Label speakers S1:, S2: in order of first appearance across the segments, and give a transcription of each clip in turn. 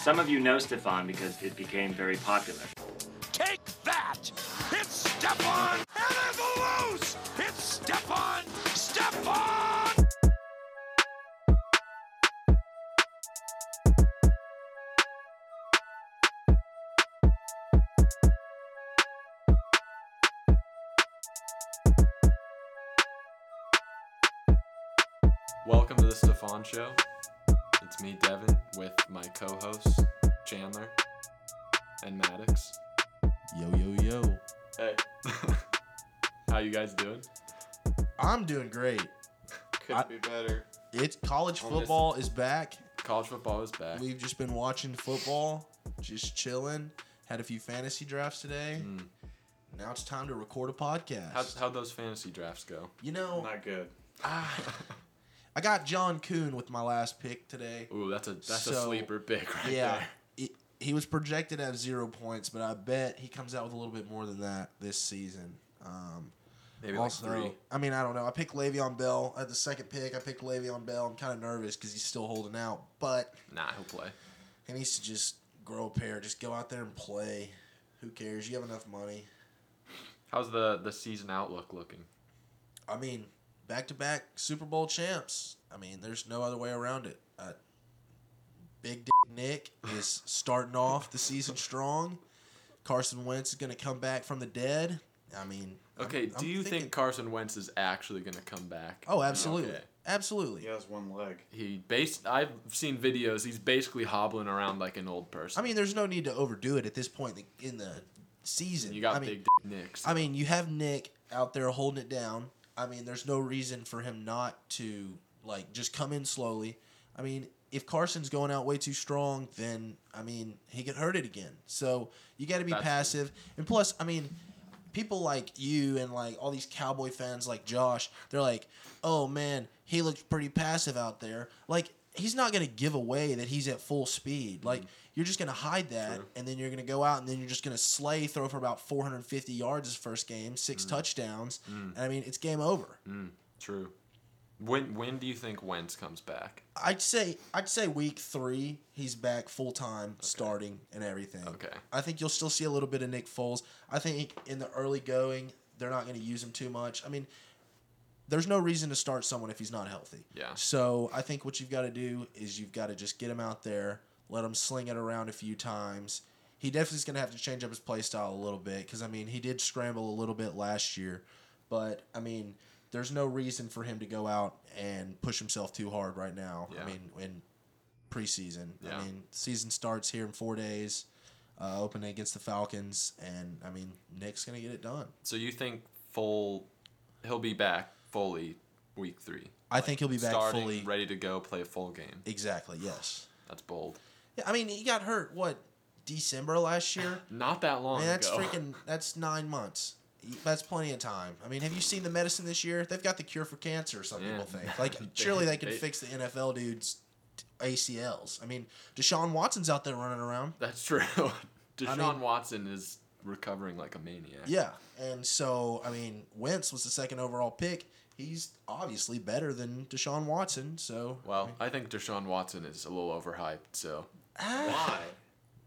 S1: Some of you know Stefan because it became very popular.
S2: Take that! It's Stefan! It is loose! It's Stefan! Stefan!
S3: Welcome to the Stefan Show. It's me, Devin, with my co hosts, Chandler and Maddox.
S4: Yo, yo, yo.
S3: Hey. How you guys doing?
S4: I'm doing great.
S3: Could
S4: I-
S3: be better.
S4: It's college
S3: On this-
S4: football is back.
S3: College football is back.
S4: We've just been watching football, just chilling. Had a few fantasy drafts today.
S3: Mm.
S4: Now it's time to record a podcast.
S3: How, how'd those fantasy drafts go?
S4: you know,
S3: good.
S4: ah, I got John Kuhn with my last pick today.
S3: Ooh, that's a that's a
S4: So,
S3: sleeper pick right
S4: yeah.
S3: there.
S4: he- he was projected at zero points, but I bet he comes out with a little bit more than that this season. Um,
S3: Maybe
S4: also,
S3: like three.
S4: I mean, I don't know. I picked Le'Veon Bell at the second pick. I picked Le'Veon Bell. I'm kind of nervous because he's still holding out, but
S3: Nah, he'll play.
S4: He needs to just grow a pair. Just go out there and play. Who cares? You have enough money.
S3: How's the the season outlook looking?
S4: I mean, back to back Super Bowl champs. I mean, there's no other way around it. Uh, Big Dick Nick is starting off the season strong. Carson Wentz is going to come back from the dead. I mean, I'm-
S3: Okay,
S4: I'm
S3: do you
S4: thinking-
S3: think Carson Wentz is actually going to come back?
S4: Oh, absolutely,
S3: Okay.
S4: absolutely.
S5: He has one leg.
S3: He based. I've seen videos. He's basically hobbling around like an old person.
S4: I mean, there's no need to overdo it at this point in the, in the season.
S3: you got
S4: I mean,
S3: big d- nicks.
S4: I mean, you have Nick out there holding it down. I mean, there's no reason for him not to like just come in slowly. I mean, if Carson's going out way too strong, then I mean he could hurt it again. So you got to be
S3: That's-
S4: passive. And plus, I mean, people like you and like all these cowboy fans like Josh, they're like, "Oh man, he looks pretty passive out there." Like he's not going to give away that he's at full speed. Like you're just going to hide that
S3: Mm-hmm. True.
S4: and then you're going to go out and then you're just going to slay throw for about 450 yards his first game,
S3: Mm.
S4: six touchdowns. And I mean, it's game over.
S3: True. When when do you think Wentz comes back?
S4: I'd say I'd say week 3 he's back full time starting and everything.
S3: Okay.
S4: I think you'll still see a little bit of Nick Foles. I think in the early going, they're not going to use him too much. I mean, there's no reason to start someone if he's not healthy.
S3: Yeah.
S4: So I think what you've got to do is you've got to just get him out there, let him sling it around a few times. He definitely is going to have to change up his play style a little bit because I mean he did scramble a little bit last year, but I mean there's no reason for him to go out and push himself too hard right now.
S3: Yeah.
S4: I mean in preseason.
S3: Yeah.
S4: I mean season starts here in four days, uh, opening against the Falcons, and I mean Nick's going to get it done.
S3: So you think full he'll be back fully week 3.
S4: I think he'll be back
S3: Starting,
S4: fully.
S3: ready to go play a full game.
S4: Exactly. Yes.
S3: That's bold.
S4: Yeah, I mean, he got hurt what December last year.
S3: Not that long
S4: Man, that's
S3: ago.
S4: freaking. That's nine months. That's plenty of time. I mean, have you seen the medicine this year? They've got the cure for cancer. Some
S3: Yeah.
S4: people think. Like,
S3: They-
S4: surely they can
S3: they-
S4: fix the NFL dudes' ACLs. I mean, Deshaun Watson's out there running around.
S3: That's true. Deshaun
S4: mean-
S3: Watson is recovering like a maniac.
S4: Yeah, and so I mean, Wentz was the second overall pick. He's obviously better than Deshaun Watson. So
S3: Well, I think Deshaun Watson is a little overhyped, so
S4: ah,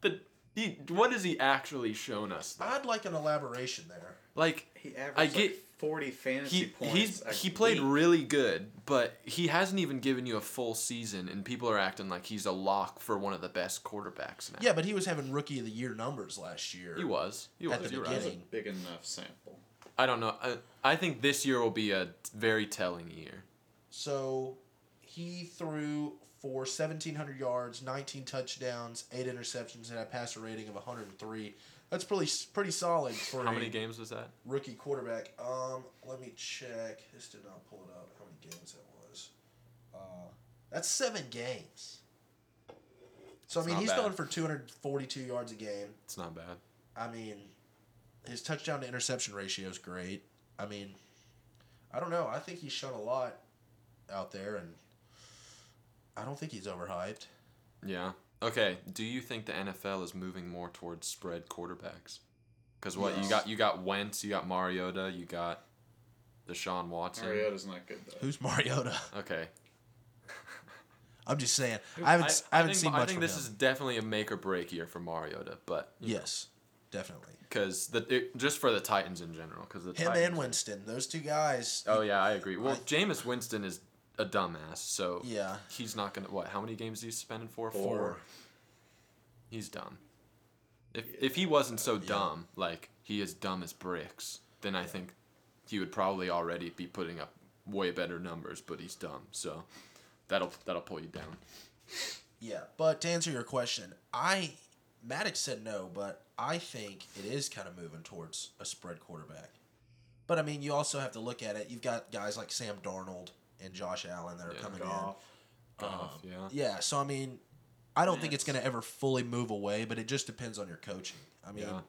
S3: the he, what has he actually shown us? though?
S4: I'd like an elaboration there.
S3: Like
S5: He
S3: I
S5: averaged
S3: get
S5: like 40 fantasy
S3: he
S5: points.
S3: he's
S5: a
S3: he played
S5: week.
S3: really good, but he hasn't even given you a full season, and people are acting like he's a lock for one of the best quarterbacks now.
S4: Yeah, but he was having rookie of the year numbers last year.
S3: he was. He
S4: At
S3: was.
S4: the
S3: You're
S5: That's
S3: right.
S5: a
S4: Really?
S5: big enough sample.
S3: I don't know. I, I think this year will be a very telling year.
S4: So he threw for 1,700 yards, 19 touchdowns, eight interceptions, and a passer rating of 103. That's pretty pretty solid for
S3: How
S4: a
S3: many games was that?
S4: rookie quarterback. Um, let me check. This did not pull it up. How many games that was? Uh, that's seven games. So I
S3: It's
S4: mean,
S3: not
S4: he's
S3: bad.
S4: throwing for 242 yards a game.
S3: It's not bad.
S4: I mean, his touchdown to interception ratio is great. I mean, I don't know. I think he's shown a lot out there, and I don't think he's overhyped.
S3: Yeah. Okay. Do you think the NFL is moving more towards spread quarterbacks? Because what you
S4: Yes.
S3: got? You got Wentz. You got Mariota. You got Deshaun Watson.
S5: Mariota's not good though.
S4: Who's Mariota?
S3: Okay.
S4: I'm just saying. I haven't. s- I haven't
S3: think,
S4: seen much.
S3: I think
S4: from
S3: this
S4: him.
S3: is definitely a make or break year for Mariota, but
S4: yes, definitely.
S3: because the it, just for the Titans in general, because the
S4: Him
S3: Titans,
S4: and Winston, those two guys.
S3: Oh yeah, I agree. Well,
S4: I-
S3: Jameis Winston is a dumbass, so
S4: Yeah.
S3: he's not gonna. What? How many games do you suspend him for?
S4: Four.
S3: He's dumb. If if he wasn't so dumb, like he is dumb as bricks, then I think he would probably already be putting up way better numbers. But he's dumb, so that'll that'll pull you down.
S4: Yeah, but to answer your question, I Maddox said no, but I think it is kind of moving towards a spread quarterback. But I mean, you also have to look at it. You've got guys like Sam Darnold and Josh Allen that are
S3: Yeah.
S4: coming
S5: Goff.
S3: Goff, yeah.
S4: in. Yeah, so I mean, I don't think it's going to ever fully move away, but it just depends on your coaching. I mean,
S3: Yeah.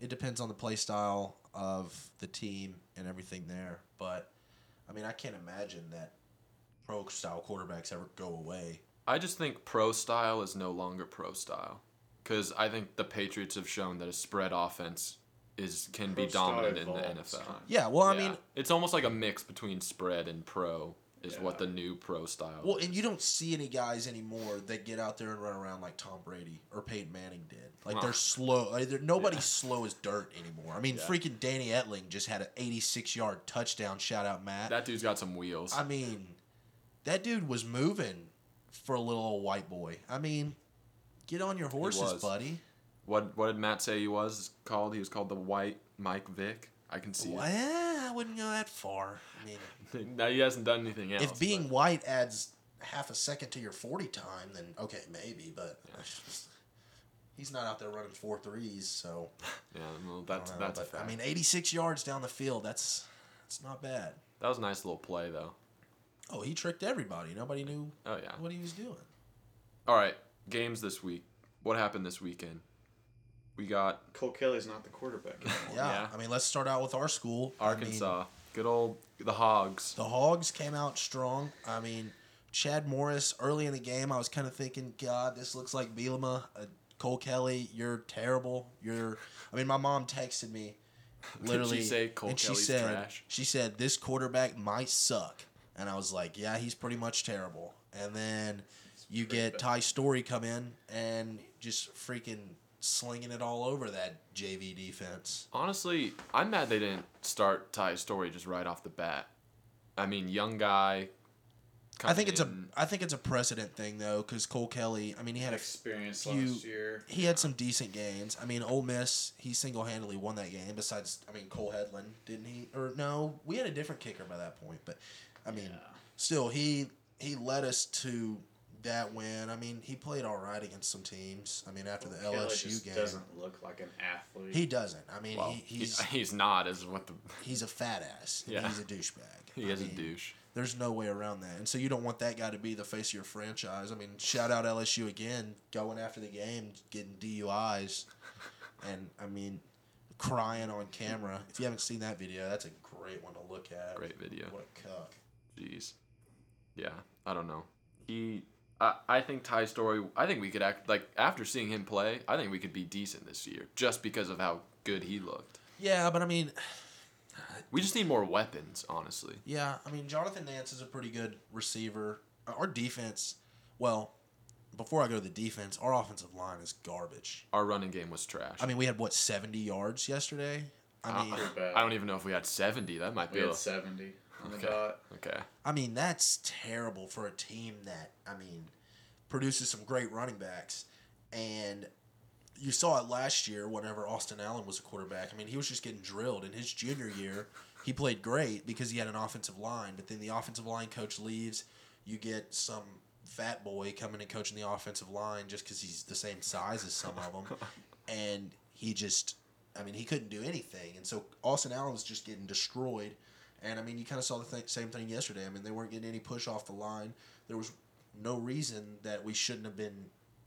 S4: it depends on the play style of the team and everything there. But I mean, I can't imagine that pro style quarterbacks ever go away.
S3: I just think pro style is no longer pro style, because I think the Patriots have shown that a spread offense is can be
S5: Pro style
S3: dominant in the
S5: evolves.
S3: NFL.
S4: Yeah, well, I
S3: Yeah.
S4: mean,
S3: it's almost like a mix between spread and pro is what
S5: Yeah.
S3: the new pro style.
S4: Well,
S3: is.
S4: and you don't see any guys anymore that get out there and run around like Tom Brady or Peyton Manning did. Like
S3: Huh.
S4: they're slow. Like they're, nobody's
S3: Yeah.
S4: slow as dirt anymore. I mean,
S3: Yeah.
S4: freaking Danny Etling just had an 86 yard touchdown. Shout out Matt.
S3: that dude's got some wheels.
S4: I mean, that dude was moving for a little old white boy. I mean, get on your horses,
S3: was.
S4: buddy.
S3: what what did Matt say he was called? He was called the White Mike Vick. I can see
S4: Well, I wouldn't go that far. I mean,
S3: it. Now he hasn't done anything else.
S4: if being
S3: but-
S4: white adds half a second to your 40 time, then okay, maybe, but he's not out there running four threes, so.
S3: yeah, well,
S4: I
S3: that's
S4: don't know,
S3: that's a
S4: but,
S3: fact.
S4: I mean, 86 yards down the field, that's that's not bad.
S3: that was a nice little play though.
S4: Oh, he tricked everybody. Nobody knew
S3: Oh yeah.
S4: what he was doing.
S3: All right, games this week. What happened this weekend? We got
S5: Cole Kelly's not the quarterback.
S4: Yeah.
S5: anymore.
S3: Yeah.
S4: I mean, let's start out with our school. I mean,
S3: Arkansas. Good old the Hogs.
S4: the Hogs came out strong. I mean, Chad Morris early in the game, I was kind of thinking, God, this looks like Bielema. Uh, Cole Kelly, you're terrible. You're. I mean, my mom texted me.
S3: she
S4: Literally,
S3: say Cole
S4: and she
S3: Kelly's
S4: said
S3: trash?
S4: she said this quarterback might suck, and I was like, yeah, he's pretty much terrible. And then you get Ty Story come in and just freaking slinging it all over that JV defense.
S3: Honestly, I'm mad they didn't start Ty Story just right off the bat. I mean, young guy.
S4: I think it's a
S3: coming
S4: I think it's a precedent thing though, because Cole Kelly. I mean, he had a
S5: Experience
S4: You-
S5: last year.
S4: he had some decent games. I mean, Ole Miss, he single handedly won that game. Besides, I mean, Cole Headland, didn't he? Or no, we had a different kicker by that point. But I mean, still, he he led us to that win. I mean, he played all right against some teams. I mean, after the
S5: Kelly
S4: LSU
S5: just
S4: game,
S5: doesn't look like an athlete.
S4: he doesn't. I mean,
S3: well,
S4: he, he's
S3: he- he's not is what the
S4: he's a fat ass. and
S3: Yeah.
S4: he's a douchebag.
S3: he
S4: I
S3: is a
S4: mean,
S3: douche.
S4: There's no way around that. And so you don't want that guy to be the face of your franchise. I mean, shout out LSU again, going after the game, getting DUIs, and I mean, crying on camera. If you haven't seen that video, that's a great one to look at.
S3: Great video.
S4: What a cuck.
S3: Jeez. Yeah, I don't know. He, I, I think Ty Story. I think we could act like after seeing him play. I think we could be decent this year just because of how good he looked.
S4: Yeah, but I mean,
S3: We just need more weapons, honestly.
S4: yeah, I mean, Jonathan Nance is a pretty good receiver. Our defense, well, before I go to the defense, our offensive line is garbage.
S3: Our running game was trash.
S4: I mean, we had what seventy yards yesterday.
S3: Uh,
S4: I mean,
S5: Pretty bad.
S3: I don't even know if we had seventy. That might
S5: We
S3: be. a-
S5: had 70 on the
S3: Okay.
S5: dot.
S3: Okay.
S4: I mean, that's terrible for a team that, I mean, produces some great running backs. And you saw it last year whenever Austin Allen was a quarterback. I mean, he was just getting drilled. In his junior year, he played great because he had an offensive line. But then the offensive line coach leaves. You get some fat boy coming and coaching the offensive line just because he's the same size as some of them. And he just, I mean, he couldn't do anything. And so Austin Allen was just getting destroyed. And I mean, you kind of saw the th- same thing yesterday. I mean, they weren't getting any push off the line. There was no reason that we shouldn't have been.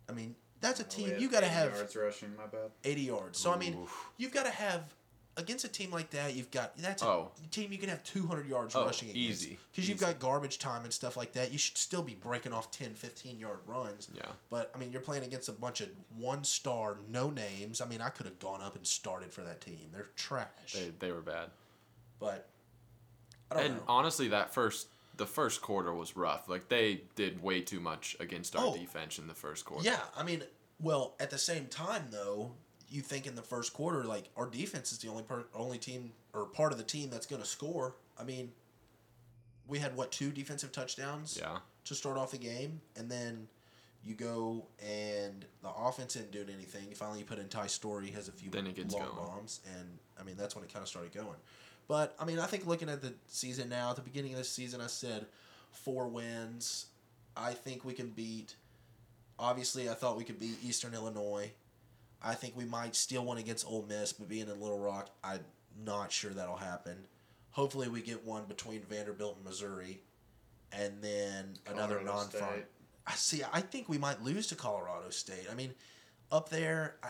S4: I mean, that's a
S5: We
S4: team
S5: had
S4: you got to
S5: 80
S4: have
S5: yards rushing. My bad.
S4: 80 yards. So I mean,
S3: Oof.
S4: you've got to have against a team like that. You've got that's a
S3: Oh.
S4: team you can have 200 yards
S3: Oh,
S4: rushing against.
S3: easy,
S4: Because you've
S3: easy.
S4: got garbage time and stuff like that. You should still be breaking off 10, 15 yard runs.
S3: Yeah.
S4: But I mean, you're playing against a bunch of one star no names. I mean, I could have gone up and started for that team. They're trash.
S3: They they were bad.
S4: but I don't
S3: And
S4: know.
S3: honestly, that first the first quarter was rough. Like they did way too much against our
S4: Oh.
S3: defense in the first quarter.
S4: Yeah, I mean, well, at the same time though, you think in the first quarter, like our defense is the only per- only team or part of the team that's going to score. I mean, we had what two defensive touchdowns
S3: Yeah.
S4: to start off the game, and then you go and the offense didn't do anything. Finally, you put in Ty Story he has a few
S3: Then it gets
S4: long
S3: going.
S4: bombs, and I mean that's when it kind of started going. But I mean, I think looking at the season now, at the beginning of this season, I said four wins. I think we can beat. Obviously, I thought we could beat Eastern Illinois. I think we might steal one against Ole Miss, but being in Little Rock, I'm not sure that'll happen. Hopefully, we get one between Vanderbilt and Missouri, and then another
S5: Colorado
S4: non-farm.
S5: State.
S4: I see. I think we might lose to Colorado State. I mean, up there, I,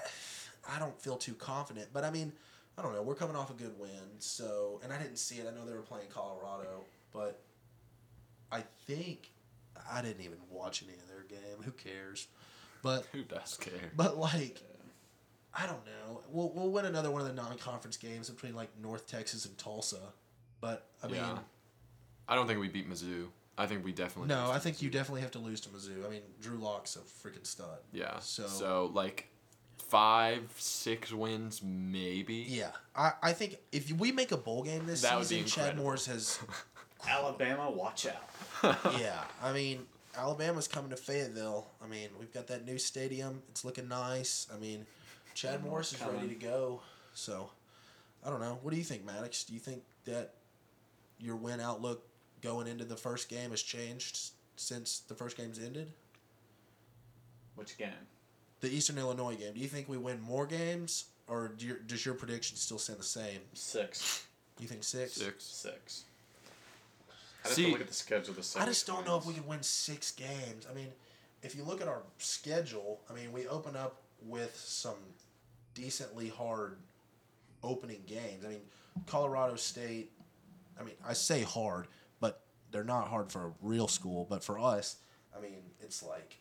S4: I don't feel too confident. But I mean, I don't know. We're coming off a good win, so and I didn't see it. I know they were playing Colorado, but I think I didn't even watch any of their game. Who cares? But
S3: Who does care?
S4: but like, I don't know. We'll we'll win another one of the non-conference games between like North Texas and Tulsa. But I mean,
S3: Yeah. I don't think we beat Mizzou. I think we definitely.
S4: no,
S3: lose
S4: I
S3: to
S4: think you
S3: Mizzou.
S4: definitely have to lose to Mizzou. I mean, Drew Locke's a freaking stud.
S3: Yeah.
S4: So-
S3: So like five, six wins maybe.
S4: Yeah, I, I think if we make a bowl game this
S3: That would
S4: season,
S3: be
S4: Chad
S3: incredible.
S4: Morris has.
S5: Alabama, watch out.
S4: yeah, I mean, Alabama's coming to Fayetteville. I mean, we've got that new stadium. It's looking nice. I mean, Chad Morris is ready to
S5: coming.
S4: go. So, I don't know. What do you think, Maddox? Do you think that your win outlook going into the first game has changed s- since the first game's ended?
S5: Which game?
S4: The Eastern Illinois game. Do you think we win more games, or do your, does your prediction still sound the same?
S5: Six.
S4: You think six?
S3: Six.
S5: Six. I have
S3: See-
S5: to look at the schedule. The
S4: I just don't know if we can win six games. I mean, if you look at our schedule, I mean, we open up with some decently hard opening games. I mean, Colorado State, I mean, I say hard, but they're not hard for a real school. But for us, I mean, it's like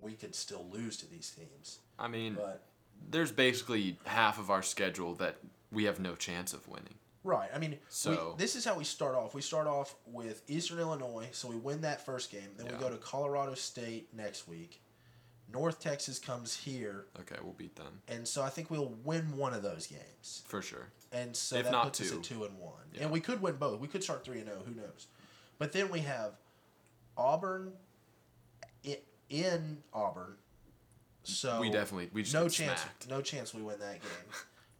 S4: we could still lose to these teams.
S3: I mean,
S4: But,
S3: there's basically half of our schedule that we have no chance of winning.
S4: right. I mean, we-
S3: So-
S4: this is how we start off. We start off with Eastern Illinois, so we win that first game. Then we
S3: Yeah.
S4: go to Colorado State next week. North Texas comes here,
S3: Okay, we'll beat them
S4: and so I think we'll win one of those games.
S3: for sure.
S4: And so
S3: If
S4: that
S3: not
S4: puts us
S3: two.
S4: at two and one.
S3: Yeah.
S4: And we could win both. We could start three and zero. Who knows? But then we have Auburn i- in Auburn. So
S3: we definitely we just
S4: no
S3: get
S4: chance.
S3: smacked.
S4: No chance we win that game.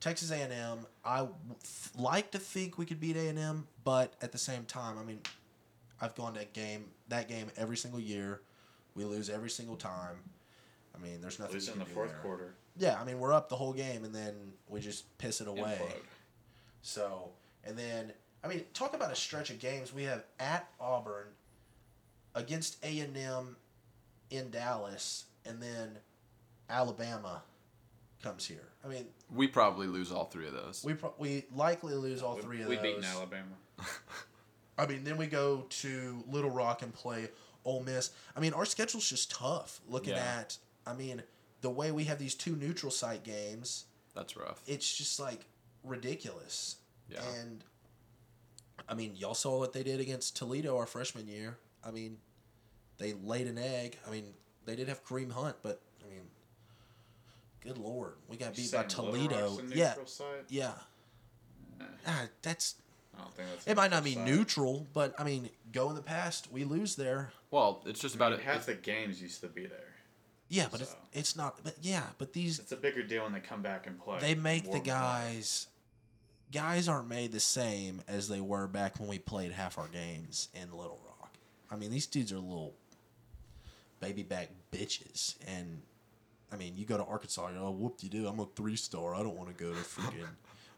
S4: Texas A&M. I w- th- like to think we could beat A&M, but at the same time, I mean, I've gone to a game that game every single year. We lose every single time. I mean, there's nothing.
S5: Lose
S4: you
S5: in
S4: can
S5: the
S4: do
S5: fourth
S4: there.
S5: quarter.
S4: Yeah, I mean, we're up the whole game and then we just piss it away.
S5: Implode.
S4: So, and then I mean, talk about a stretch of games we have at Auburn, against A and M, in Dallas, and then Alabama comes here. I mean,
S3: We probably lose all three of those.
S4: we pro- we likely lose all three of
S5: we
S4: those.
S5: beat Alabama.
S4: I mean, then we go to Little Rock and play Ole Miss. I mean, our schedule's just tough. Looking
S3: Yeah.
S4: at, I mean, the way we have these two neutral site games.
S3: That's rough.
S4: it's just like ridiculous.
S3: Yeah.
S4: And I mean, y'all saw what they did against Toledo our freshman year. I mean, they laid an egg. I mean, they did have Kareem Hunt, but I mean, good lord, we got beat by
S5: Saying Little Rock's
S4: Toledo.
S5: a
S4: Yeah,
S5: neutral site?
S4: yeah. Ah, that's
S5: I don't think that's. a
S4: it. Might not be
S5: neutral site.
S4: neutral, but I mean, go in the past, we lose there.
S3: well, it's just about it.
S5: Half the games used to be there.
S4: Yeah, but it's
S5: So.
S4: it's not. But yeah, but these
S5: It's a bigger deal when they come back and play.
S4: they make
S5: More
S4: the
S5: than
S4: guys guys aren't made the same as they were back when we played half our games in little rock i mean these dudes are little baby back bitches and i mean you go to arkansas you're like whoop de do i'm a three star i don't want to go to freaking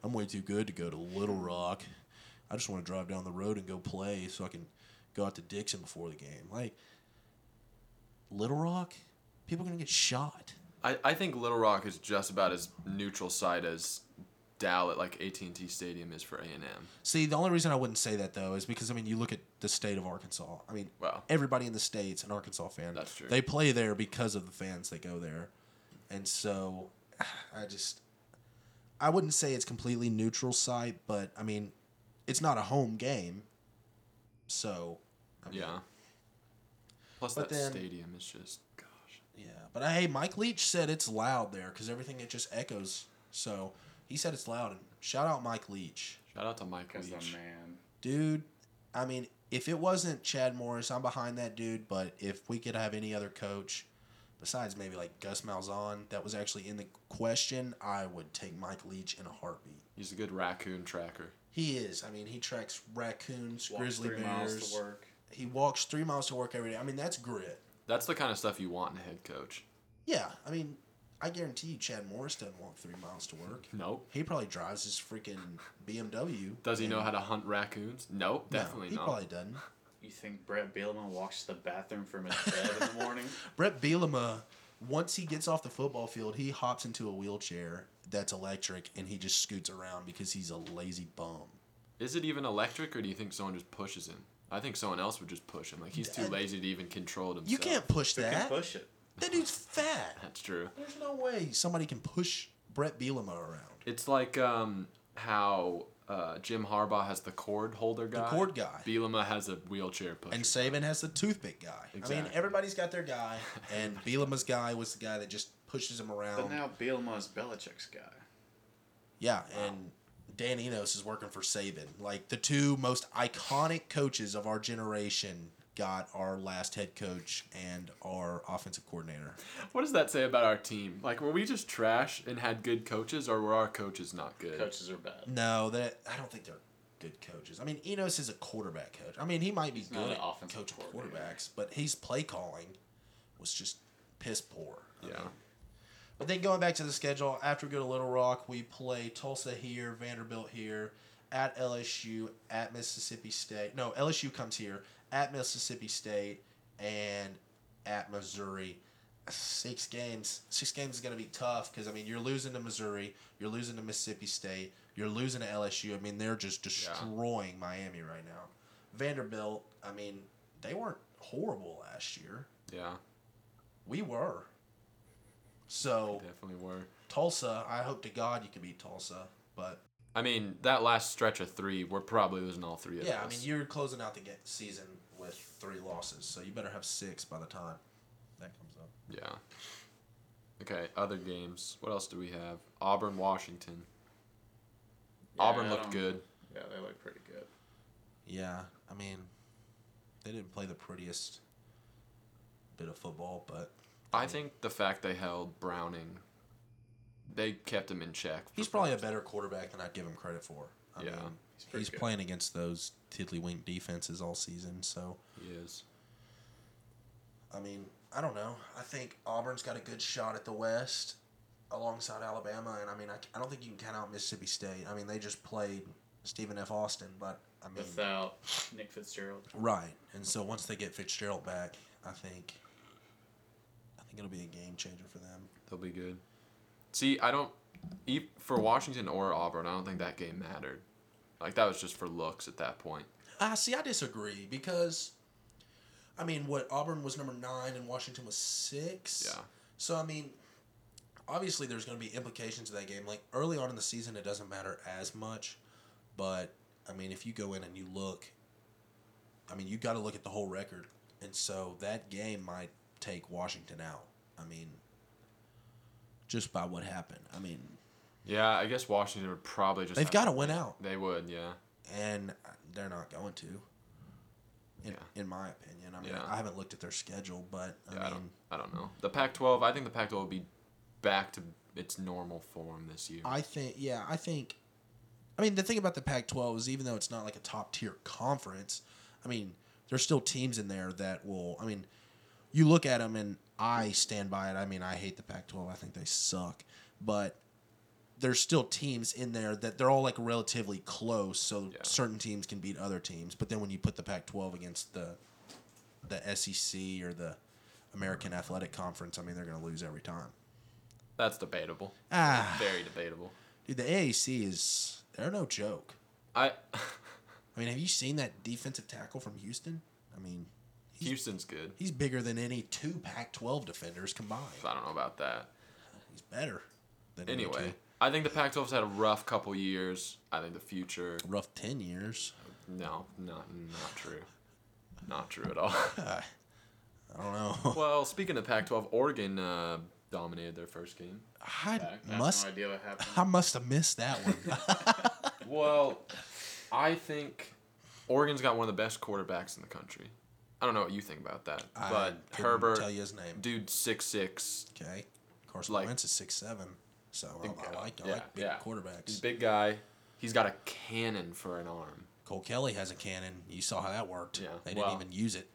S4: i'm way too good to go to little rock i just want to drive down the road and go play so i can go out to dixon before the game like little rock people are gonna get shot
S3: I, I think Little Rock is just about as neutral side as Dallas, like AT and T Stadium, is for A and M.
S4: See, the only reason I wouldn't say that though is because I mean, you look at the state of Arkansas. I mean,
S3: Wow.
S4: everybody in the state's an Arkansas fan.
S3: That's true.
S4: They play there because of the fans that go there, and so I just I wouldn't say it's completely neutral site, but I mean, it's not a home game, so I mean,
S3: Yeah. Plus
S4: But
S3: that
S4: then-
S3: stadium is just gosh.
S4: Yeah, but I, hey, Mike Leach said it's loud there because everything it just echoes. So he said it's loud. And shout out Mike Leach,
S3: Shout out to Mike
S5: Because the
S3: Leach.
S5: man.
S4: dude. I mean, if it wasn't Chad Morris, I'm behind that dude. But if we could have any other coach besides maybe like Gus Malzahn that was actually in the question, I would take Mike Leach in a heartbeat.
S3: He's a good raccoon tracker.
S4: He is. I mean, he tracks raccoons,
S5: Walks
S4: grizzly
S5: three miles
S4: bears.
S5: to work.
S4: He walks three miles to work every day. I mean, that's grit.
S3: That's the kind of stuff you want in a head coach.
S4: Yeah, I mean, I guarantee you, Chad Morris doesn't walk three miles to work.
S3: Nope.
S4: He probably drives his freaking BMW.
S3: Does he
S4: and-
S3: know how to hunt raccoons? Nope,
S4: No,
S3: definitely
S4: he
S3: not.
S4: probably doesn't.
S5: You think Brett Bielema walks to the bathroom from his bed in the morning?
S4: Brett Bielema, once he gets off the football field, he hops into a wheelchair that's electric and he just scoots around because he's a lazy bum.
S3: Is it even electric, or do you think someone just pushes him? I think someone else would just push him. Like he's too
S4: Uh,
S3: lazy to even control it himself.
S4: You can't push
S5: Who can
S4: that.
S5: push it?
S4: That dude's fat.
S3: That's true.
S4: There's no way somebody can push Brett Bielema around.
S3: It's like um, how uh, Jim Harbaugh has the cord holder guy.
S4: cord guy.
S3: Bielema has a wheelchair pusher.
S4: And Saban has the toothpick guy. I mean,
S3: Exactly.
S4: everybody's got their guy, and Bielema's guy was the guy that just pushes him around.
S5: But now Bielema's Belichick's guy.
S4: Yeah, and Dan Enos is working for Saban. Like the two most iconic coaches of our generation got our last head coach and our offensive coordinator.
S3: What does that say about our team? Like, were we just trash and had good coaches, or were our coaches not good?
S5: Coaches are bad.
S4: No, that I don't think they're good coaches. I mean, Enos is a quarterback coach. I mean, he might be
S5: He's not
S4: good
S5: an
S4: at
S5: offensive
S4: coaching
S5: coordinator.
S4: quarterbacks, but his play calling was just piss poor.
S3: Yeah.
S4: But then going back to the schedule, after we go to Little Rock, we play Tulsa here, Vanderbilt here, at LSU, at Mississippi State. No, LSU comes here, at Mississippi State, and at Missouri. Six games. Six games is going to be tough because, I mean, you're losing to Missouri, you're losing to Mississippi State, you're losing to LSU. I mean, they're just destroying Miami right now. Vanderbilt, I mean, they weren't horrible last year.
S3: Yeah.
S4: We were. So.
S3: Definitely were.
S4: Tulsa, I hope to God you can beat Tulsa. But
S3: I mean, that last stretch of three, we're probably losing all three of
S4: yeah, I
S3: those.
S4: mean, you're closing out the ga- season with three losses, so you better have six by the time that comes up.
S3: Yeah. Okay, other games. What else do we have? Auburn, Washington. Auburn
S5: Yeah, I
S3: looked
S5: don't-
S3: good.
S5: Yeah, they look pretty good.
S4: Yeah, I mean, they didn't play the prettiest bit of football, but
S3: I think the fact they held Browning, they kept him in check. for-
S4: he's probably a better quarterback than I'd give him credit for. I
S3: Yeah,
S4: mean,
S5: he's
S4: he's,
S5: pretty good.
S4: playing against those tiddlywink defenses all season, so
S3: He is.
S4: I mean, I don't know. I think Auburn's got a good shot at the West alongside Alabama, and I mean, I, I don't think you can count out Mississippi State. I mean, they just played Stephen F. Austin, but I
S5: Mm.
S4: mean,
S5: Without Nick Fitzgerald.
S4: right. And so once they get Fitzgerald back, I think, I think it'll be a game changer for them.
S3: They'll be good. See, I don't. e- For Washington or Auburn, I don't think that game mattered. Like, that was just for looks at that point.
S4: Ah, see, I disagree because, I mean, what Auburn was number nine and Washington was six.
S3: Yeah.
S4: So I mean, obviously there's going to be implications of that game. Like early on in the season, it doesn't matter as much, but I mean, if you go in and you look, I mean, you got to look at the whole record, and so that game might take Washington out. I mean, just by what happened. I mean,
S3: Yeah, I guess Washington would probably just.
S4: they've
S3: have
S4: got to win out,
S3: They would, yeah.
S4: and they're not going to.
S3: Yeah.
S4: In, in my opinion, I mean,
S3: Yeah.
S4: I haven't looked at their schedule, but I
S3: Yeah, I,
S4: mean,
S3: don't. I don't know. The Pac-12. I think the Pac-12 will be back to its normal form this year.
S4: I think, yeah, I think. I mean, the thing about the Pac-12 is, even though it's not like a top-tier conference, I mean, there's still teams in there that will. I mean, you look at them, and I stand by it. I mean, I hate the Pac-12. I think they suck, but there's still teams in there that they're all like relatively close, so
S3: Yeah.
S4: certain teams can beat other teams. But then when you put the Pac-12 against the the SEC or the American Athletic Conference, I mean, they're going to lose every time.
S3: That's debatable.
S4: Ah.
S3: Very debatable.
S4: Dude, the AAC is they're no joke.
S3: I
S4: I mean, have you seen that defensive tackle from Houston? I mean,
S3: Houston's good.
S4: he's bigger than any two Pac-12 defenders combined.
S3: I don't know about that.
S4: He's better than any
S3: Anyway,
S4: two.
S3: I think the Pac-12's had a rough couple years. I think the future.
S4: rough ten years.
S3: No, not not true. Not true at all.
S4: I don't know.
S3: well, speaking of Pac-12, Oregon uh, dominated their first game.
S4: I
S5: I have
S4: must.
S5: no idea what happened.
S4: I must have missed that one.
S3: Well, I think Oregon's got one of the best quarterbacks in the country. I don't know what you think about that,
S4: I
S3: but
S4: couldn't
S3: Herbert,
S4: tell you his name.
S3: dude, six six,
S4: Okay. Of course,
S3: Like- uh,
S4: Wentz is six seven, so I, I like I
S3: yeah,
S4: like big
S3: yeah. he's
S4: quarterbacks.
S3: a big guy. He's got a cannon for an arm.
S4: Cole Kelly has a cannon. You saw how that worked.
S3: Yeah,
S4: They
S3: well-
S4: didn't even use it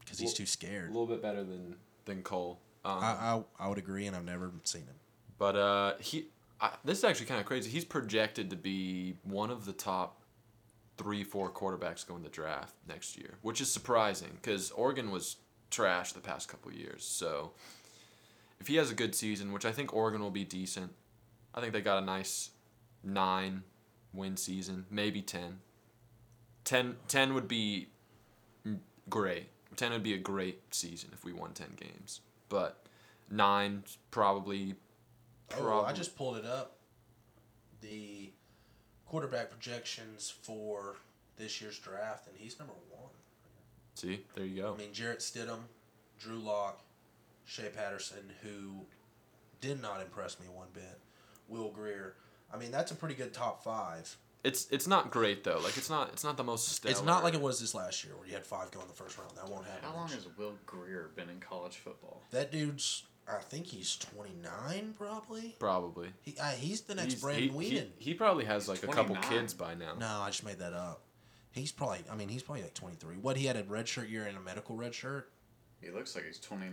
S4: because he's
S3: Well,
S4: too
S3: A
S4: scared.
S3: little bit better than than Cole. Um,
S4: I, I I would agree, and I've never seen him.
S3: But uh, he, I, this is actually kind of crazy. He's projected to be one of the top three, four quarterbacks going to draft next year, which is surprising because Oregon was trash the past couple years. So if he has a good season, which I think Oregon will be decent, I think they got a nice nine win season, maybe 10. 10, 10 would be mm, great. 10 would be a great season if we won 10 games. But nine probably
S4: Oh, I
S3: Probably.
S4: just pulled it up. The quarterback projections for this year's draft, and he's number one.
S3: See, there you go.
S4: I mean, Jarrett Stidham, Drew Locke, Shea Patterson, who did not impress me one bit. Will Greer. I mean, that's a pretty good top five.
S3: It's it's not great though. Like it's not it's not the most. Stellar.
S4: It's not like it was this last year where you had five go in the first round. That won't happen.
S5: How long has Will Greer been in college football?
S4: that dude's? I think he's twenty nine, probably.
S3: probably.
S4: He uh, he's the next
S3: He's-
S4: Brandon
S3: he,
S4: Whedon.
S3: He, he probably has like a couple
S5: 29.
S3: kids by now.
S4: No, I just made that up. He's probably. I mean, he's probably like twenty three. What he had a red shirt year and a medical red shirt
S5: He looks like he's 29.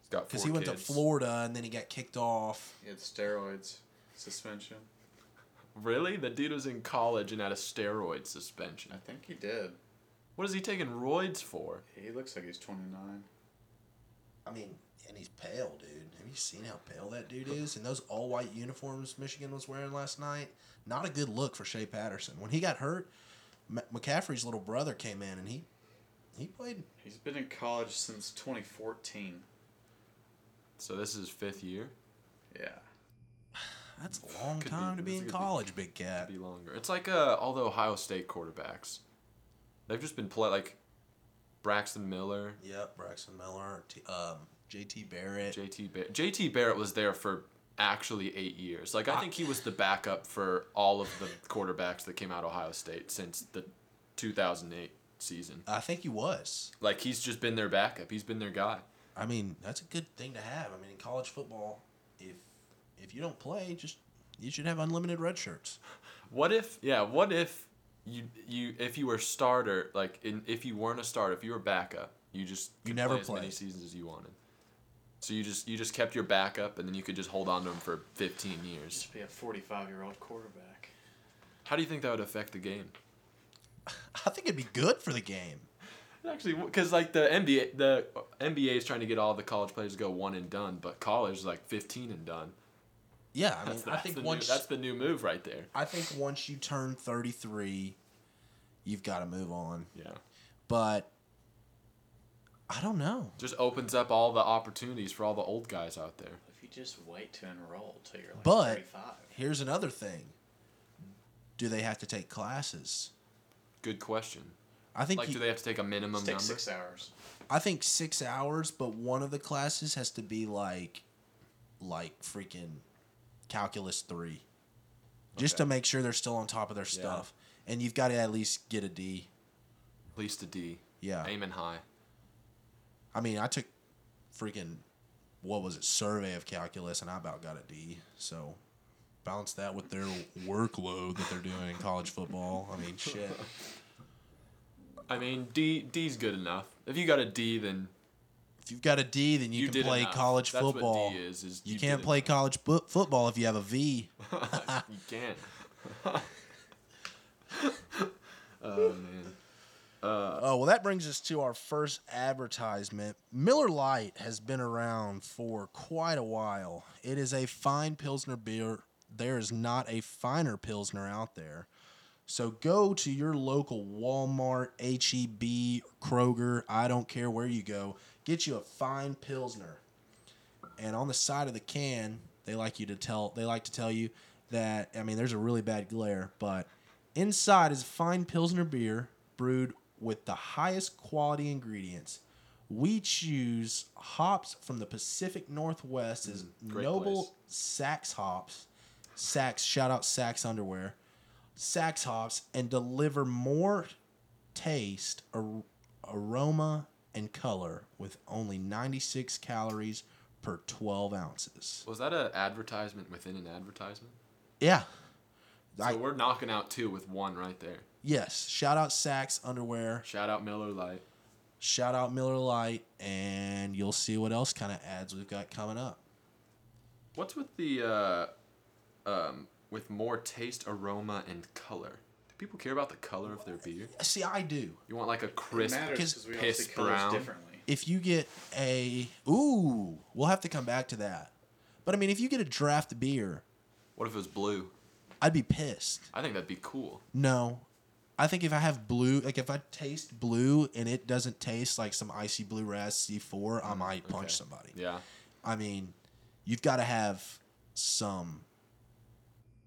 S3: He's got
S4: because
S3: four
S4: he went to
S3: kids.
S4: Florida and then he got kicked off.
S5: He had steroids, suspension.
S3: Really, the dude was in college and had a steroid suspension.
S4: Uh,
S5: I think he did.
S3: What is he taking roids for?
S5: He looks like he's 29.
S4: I mean, and he's pale, dude. Have you seen how pale that dude is? And those all white uniforms Michigan was wearing last night, not a good look for Shea Patterson. When he got hurt, Ma- McCaffrey's little brother came in and he he played.
S5: He's been in college since 2014.
S3: So this is his fifth year.
S5: Yeah.
S4: That's a long
S3: Could be.
S4: time to be
S3: That's
S4: in
S3: a good-
S4: college, big cat.
S3: Be longer. It's like uh, all the Ohio State quarterbacks. They've just been play like Braxton Miller,
S4: Yep, Braxton Miller, T- um, JT Barrett.
S3: JT Barrett. JT Barrett was there for actually eight years. Like I think he was the backup for all of the quarterbacks that came out of Ohio State since the 2008 season.
S4: I think he was.
S3: Like he's just been their backup. He's been their guy.
S4: I mean, that's a good thing to have. I mean, in college football, if if you don't play, just you should have unlimited red shirts.
S3: What if? Yeah. What if you you if you were starter like in, if you weren't a starter if you were backup you just
S4: You
S3: could
S4: never
S3: as many
S4: played.
S3: seasons as you wanted. So you just you just kept your backup and then you could just hold on to him for 15 years.
S5: Just be a 45 year old quarterback.
S3: How do you think that would affect the game?
S4: I think it'd be good for the game.
S3: Actually, because like the NBA, the NBA is trying to get all the college players to go one and done, but college is like fifteen and done.
S4: Yeah, I mean,
S3: That's,
S4: I
S3: that's
S4: think
S3: the
S4: once
S3: new, that's the new move right there.
S4: I think once you turn 33, you've got to move on.
S3: Yeah,
S4: But I don't know.
S3: just opens up all the opportunities for all the old guys out there.
S5: If you just wait to enroll till you're like
S4: But-
S5: 35.
S4: Here's another thing. Do they have to take classes?
S3: Good question.
S4: I think
S3: Like,
S4: you-
S3: do they have to take a
S5: Just
S3: minimum
S5: take
S3: number?
S5: six hours.
S4: I think 6 hours, but one of the classes has to be like like freaking calculus 3. Just
S3: Okay.
S4: to make sure they're still on top of their
S3: Yeah.
S4: stuff. And you've got to at least get a D.
S3: At least a D.
S4: Yeah.
S3: Aiming high.
S4: I mean, I took freaking what was it survey of calculus, and I about got a D. So balance that with their workload that they're doing in college football. I mean, shit.
S3: I mean, D D's good enough. If you got a D, then
S4: If you've got a D, then you,
S3: you,
S4: can
S3: did
S4: play
S3: enough.
S4: college
S3: That's
S4: football.
S3: What D is, is
S4: You,
S3: you
S4: can't
S3: did
S4: play
S3: enough.
S4: college bu- football if you have a V.
S3: you can't. oh man.
S4: Oh, well, that brings us to our first advertisement. Miller Lite has been around for quite a while. It is a fine Pilsner beer. There is not a finer Pilsner out there. So go to your local Walmart, HEB, Kroger, I don't care where you go, get you a fine Pilsner. And on the side of the can, they like you to tell they like to tell you that I mean there's a really bad glare, but inside is a fine Pilsner beer brewed with the highest quality ingredients. We choose hops from the Pacific Northwest as
S3: Mm, great
S4: noble
S3: place.
S4: Sax hops. Sax, shout out Sax Underwear. Sax hops and deliver more taste, ar- aroma, and color with only 96 calories per 12 ounces.
S3: Was that an advertisement within an advertisement?
S4: Yeah.
S3: So
S4: I-
S3: we're knocking out two with one right there.
S4: Yes. Shout out Sax Underwear.
S3: Shout out Miller Lite.
S4: Shout out Miller Lite. And you'll see what else kind of ads we've got coming up.
S3: What's with the uh, um, with more taste, aroma, and color? Do people care about the color of their beer?
S4: See, I do.
S3: You want like a crisp.
S5: matters
S4: Because-
S5: because we all
S3: piss
S5: see colors
S3: brown.
S5: differently.
S4: If you get a. Ooh, we'll have to come back to that. But I mean, if you get a draft beer,
S3: What if it was blue?
S4: I'd be pissed.
S3: I think that'd be cool.
S4: No. I think if I have blue, like if I taste blue and it doesn't taste like some icy blue raz C4, I might punch
S3: Mm, Okay.
S4: somebody.
S3: Yeah.
S4: I mean, you've got to have some,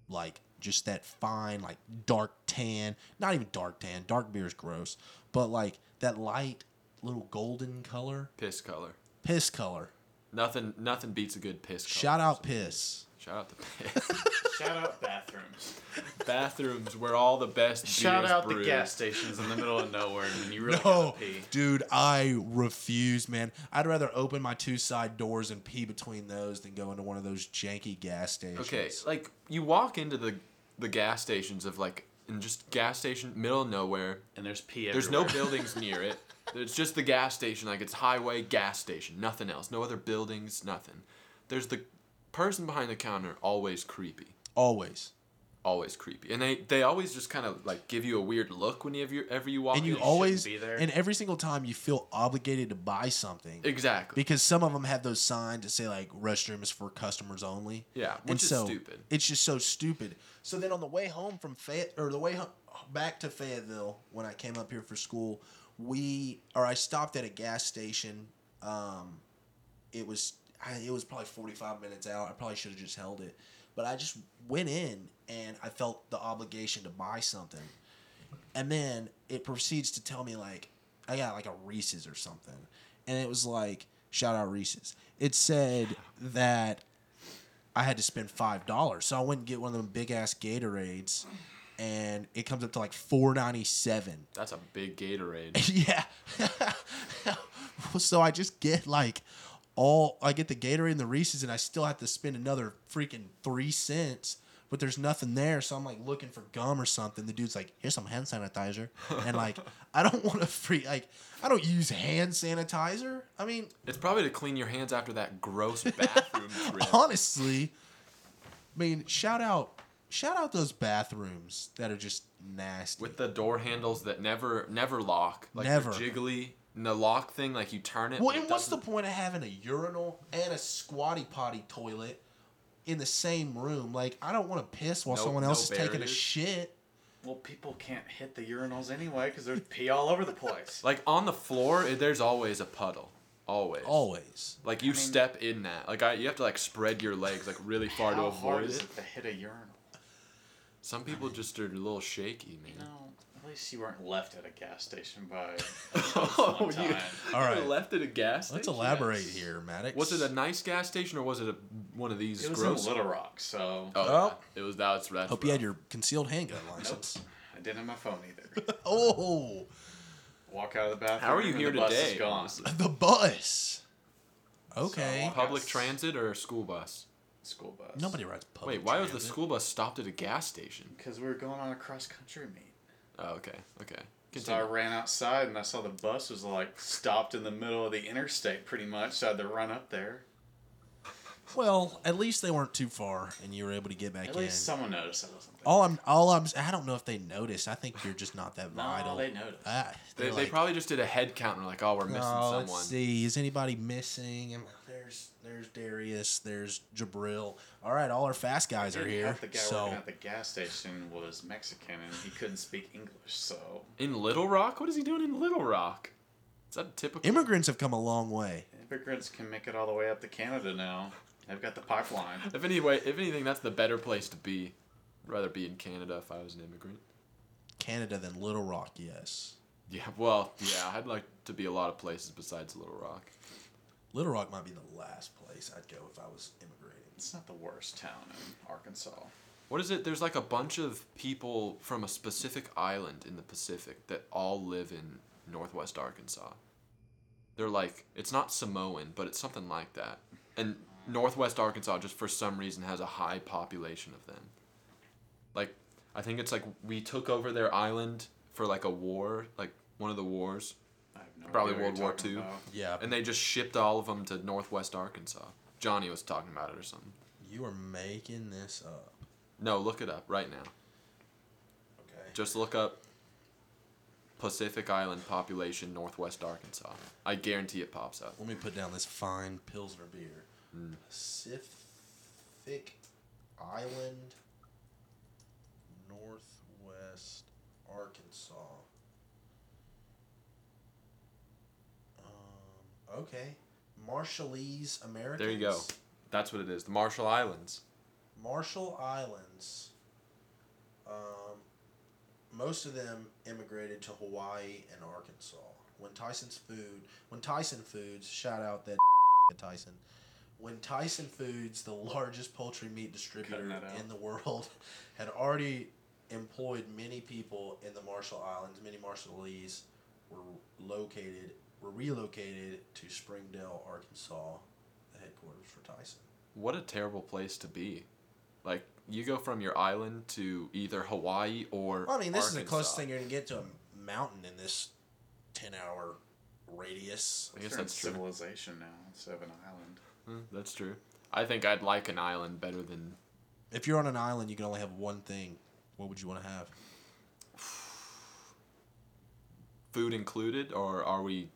S4: like, just that fine, like, dark tan. Not even dark tan. Dark beer's gross. But, like, that light little golden color.
S3: Piss color.
S4: Piss color.
S3: Oh, Nothing. Nothing beats a good piss. color.
S4: Shout out piss.
S3: Shout out the piss.
S5: Shout out bathrooms.
S3: Bathrooms where all the best.
S5: Shout
S3: beers
S5: out the
S3: brewed.
S5: gas stations in the middle of nowhere when you really
S4: Oh,
S5: gotta pee.
S4: dude, I refuse, man. I'd rather open my two side doors and pee between those than go into one of those janky gas stations.
S3: Okay, like you walk into the the gas stations of like and just gas station middle of nowhere.
S5: And there's pee everywhere.
S3: There's no buildings near it. It's just the gas station, like it's highway gas station, nothing else, no other buildings, nothing. There's the person behind the counter, always creepy,
S4: Always.
S3: always creepy, and they they always just kind of like give you a weird look whenever you ever you walk.
S4: And
S3: in.
S4: you always,
S5: be there.
S4: and every single time you feel obligated to buy something.
S3: exactly
S4: because some of them have those signs that say like restroom is for customers only.
S3: Yeah, which
S4: And
S3: is
S4: so
S3: stupid.
S4: It's just so stupid. So then on the way home from Fayette or the way home, back to Fayetteville when I came up here for school, we or I stopped at a gas station. Um, it was I, it was probably 45 minutes out. I probably should have just held it, but I just went in and I felt the obligation to buy something. And then it proceeds to tell me like I got like a Reese's or something. And it was like shout out Reese's. It said that I had to spend five dollars. So I went and get one of them big ass Gatorades and it comes up to like four ninety seven.
S3: that's a big Gatorade.
S4: yeah. so I just get like all I get the Gatorade and the Reese's and I still have to spend another freaking three cents. But there's nothing there, so I'm like looking for gum or something. The dude's like, "Here's some hand sanitizer," and like, I don't want to free like, I don't use hand sanitizer. I mean,
S3: It's probably to clean your hands after that gross bathroom trip.
S4: honestly, I mean, shout out, shout out those bathrooms that are just nasty.
S3: with the door handles that never never lock like they're
S4: Never.
S3: jiggly and the lock thing like you turn it
S4: Well,
S3: but it
S4: and what's the
S3: doesn't-
S4: point of having a urinal and a squatty potty toilet in the same room? Like, I don't want to piss while
S3: No-
S4: someone else
S3: no
S4: is taking a
S3: barriers.
S4: shit.
S5: Well, people can't hit the urinals anyway because there's pee all over the place.
S3: like on the floor eh, there's always a puddle always
S4: Always.
S3: like you step in that like I, you have to like spread your legs like really far to
S5: How hard
S3: avoid
S5: is
S3: it
S5: it to hit a urinal?
S3: some people just are a little shaky man
S5: No, at least you weren't left at a gas station by. oh,
S3: you-
S4: All right.
S3: left at a gas
S4: Let's
S3: station?
S4: elaborate here, Maddox.
S3: was it a nice gas station or was it a one of these
S5: It was
S3: gross
S5: in Little Rock, so
S3: oh,
S4: Oh.
S3: yeah. it was that was that's
S4: Hope you had
S3: rough.
S4: your concealed handgun license.
S5: I didn't have my phone either.
S4: Oh,
S5: Walk out of the bathroom.
S3: how are you
S5: and
S3: here
S5: the bus
S3: today
S5: Is gone.
S3: honestly?
S4: the bus. Okay.
S5: So-
S3: public
S5: Yes.
S3: transit or school bus
S5: School bus.
S4: Nobody rides public.
S3: wait why was the
S4: transit.
S3: school bus stopped at a gas station
S5: Because we were going on a cross country meet.
S3: Oh, okay. Okay.
S5: So I ran outside and I saw the bus was like stopped in the middle of the interstate pretty much. So I had to run up there.
S4: Well, at least they weren't too far, and you were able to get back
S5: At
S4: in.
S5: least someone noticed I wasn't there.
S4: all I'm, all I'm, I don't know if they noticed. I think you're just not that
S5: No,
S4: vital.
S5: they noticed.
S4: Ah,
S3: They,
S4: they're
S3: they
S4: like,
S3: probably just did a head count and were like, oh, we're missing
S4: No,
S3: someone.
S4: Let's see, is anybody missing? Am- There's there's Darius, there's Jabril. All right, all our fast guys are
S5: Didn't
S4: here.
S5: help The guy
S4: So
S5: working at the gas station was Mexican and he couldn't speak English, so
S3: In Little Rock? What is he doing in Little Rock? Is that typical?
S4: immigrants have come a long way.
S5: immigrants can make it all the way up to Canada now. They've got the pipeline.
S3: If, anyway, if anything, that's the better place to be. I'd rather be in Canada if I was an immigrant.
S4: Canada than Little Rock, yes.
S3: Yeah, well, yeah, I'd like to be a lot of places besides Little Rock.
S4: Little Rock might be the last place I'd go if I was immigrating.
S5: It's not the worst town in Arkansas.
S3: What is it? There's like a bunch of people from a specific island in the Pacific that all live in Northwest Arkansas. They're like, it's not Samoan, but it's something like that. And Northwest Arkansas just for some reason has a high population of them. Like, I think it's like we took over their island for like a war, like one of the wars,
S5: I have no
S3: probably
S5: idea what
S3: World
S5: you're
S3: War
S5: talking
S3: II.
S5: about.
S4: Yeah,
S3: And they just shipped all of them to Northwest Arkansas. Johnny was talking about it or something.
S4: you are making this up.
S3: No, look it up right now.
S4: Okay.
S3: Just look up Pacific Island population Northwest Arkansas. I guarantee it pops up.
S4: Let me put down this fine Pilsner beer.
S3: Mm.
S4: Pacific Island, Northwest Arkansas. Um, okay. Marshallese Americans.
S3: There you go. That's what it is. The Marshall Islands.
S4: Marshall Islands. Um, most of them immigrated to Hawaii and Arkansas. When Tyson's food, when Tyson Foods, shout out that Tyson. When Tyson Foods, the largest poultry meat
S5: Cutting
S4: distributor
S5: that out.
S4: in the world, had already employed many people in the Marshall Islands. Many Marshallese were located, were relocated to Springdale, Arkansas, the headquarters for Tyson.
S3: What a terrible place to be. Like you go from your island to either Hawaii or
S4: Well, I mean, this is the
S3: Arkansas.
S4: closest thing you're gonna get to a mountain in this ten-hour radius.
S3: I guess
S5: They're in
S3: that's true.
S5: civilization now instead of an island.
S3: Hmm, that's true. I think I'd like an island better than
S4: If you're on an island, you can only have one thing. What would you want to have?
S3: food included or are we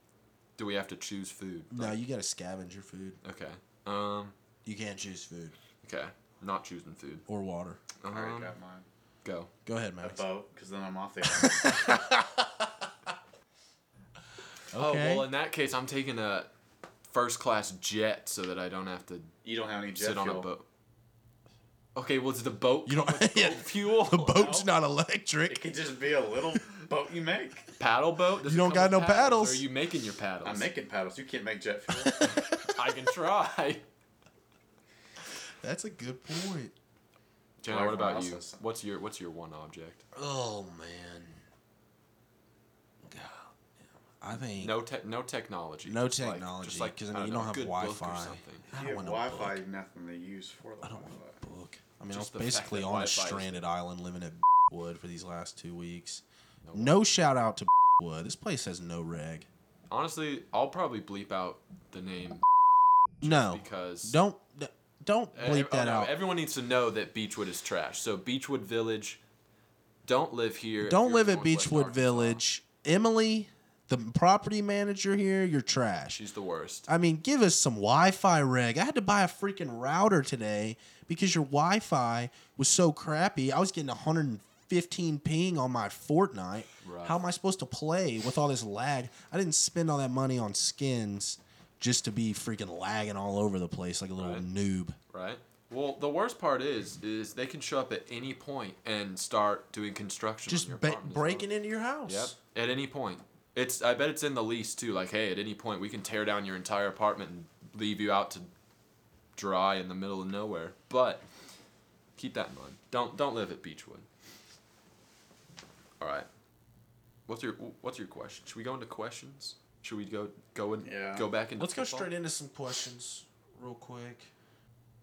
S3: do we have to choose food?
S4: No, you gotta scavenge your food.
S3: Okay. Um
S4: You can't choose food
S3: okay. Not choosing food.
S4: or water.
S5: I already
S3: Um,
S5: got mine.
S3: go.
S4: Go ahead,
S5: A
S4: Max.
S5: boat, because then I'm off the island.
S3: Oh well, in that case, I'm taking a first class jet so that I don't have to
S5: You don't have any jet
S3: sit on
S5: fuel.
S3: a boat. Okay, well, it's the boat
S4: you don't.
S3: boat
S4: yeah,
S3: fuel
S4: the boat's not
S5: It
S4: electric.
S5: could just be a little boat you make.
S3: paddle boat. Does
S4: You
S3: it
S4: don't
S3: come
S4: got
S3: with
S4: no
S3: Or
S4: paddles.
S3: are you making your paddles?
S5: I'm making paddles. You can't make jet fuel.
S3: I can try.
S4: That's a good point.
S3: Jenna, what
S5: Everyone
S3: about
S5: else
S3: you?
S5: has some.
S3: What's your What's your one object?
S4: Oh man. God. I think
S3: No te- no technology.
S4: No
S3: just like-
S4: technology,
S3: just like
S4: 'cause, I mean,
S3: don't
S4: you
S3: know,
S4: don't have
S3: good book or
S4: Wi-Fi.
S3: something.
S4: I
S5: you
S4: don't
S5: have
S4: want a
S5: Wi
S4: book.
S5: Fi, nothing to use for the
S4: I don't
S5: Wi
S4: want
S5: Fi.
S4: a book. I mean,
S3: Just
S4: I
S3: the
S4: was
S3: fact
S4: basically
S3: that
S4: on a
S3: Wi-Fi is-
S4: stranded island living at Wood for these last two weeks.
S3: No.
S4: No shout out to Wood. This place has no reg.
S3: Honestly, I'll probably bleep out the name
S4: No,
S3: because
S4: don't d- don't
S3: Ev-
S4: bleep
S3: oh,
S4: that
S3: no,
S4: out.
S3: Everyone needs to know that Beechwood is trash. So Beechwood Village, don't live here. if
S4: Don't
S3: you're
S4: live
S3: in
S4: at
S3: Northwest
S4: Beechwood
S3: Arkansas.
S4: Village. Emily, the property manager here, you're trash.
S3: She's the worst.
S4: I mean, give us some Wi-Fi reg. I had to buy a freaking router today because your Wi-Fi was so crappy. I was getting 115 ping on my Fortnite.
S3: Rough.
S4: How am I supposed to play with all this lag? I didn't spend all that money on skins just to be freaking lagging all over the place like a little
S3: Right.
S4: noob.
S3: right? Well, the worst part is, is they can show up at any point and start doing construction. on your
S4: Just ba-
S3: apartment as well.
S4: breaking into your house.
S3: Yep. At any point, it's. I bet it's in the lease too. Like, hey, at any point we can tear down your entire apartment and leave you out to dry in the middle of nowhere. But keep that in mind. Don't don't live at Beechwood. All right. What's your What's your question? Should we go into questions? Should we go go and
S5: Yeah.
S3: go back into?
S4: Let's go
S3: football?
S4: straight into some questions real quick.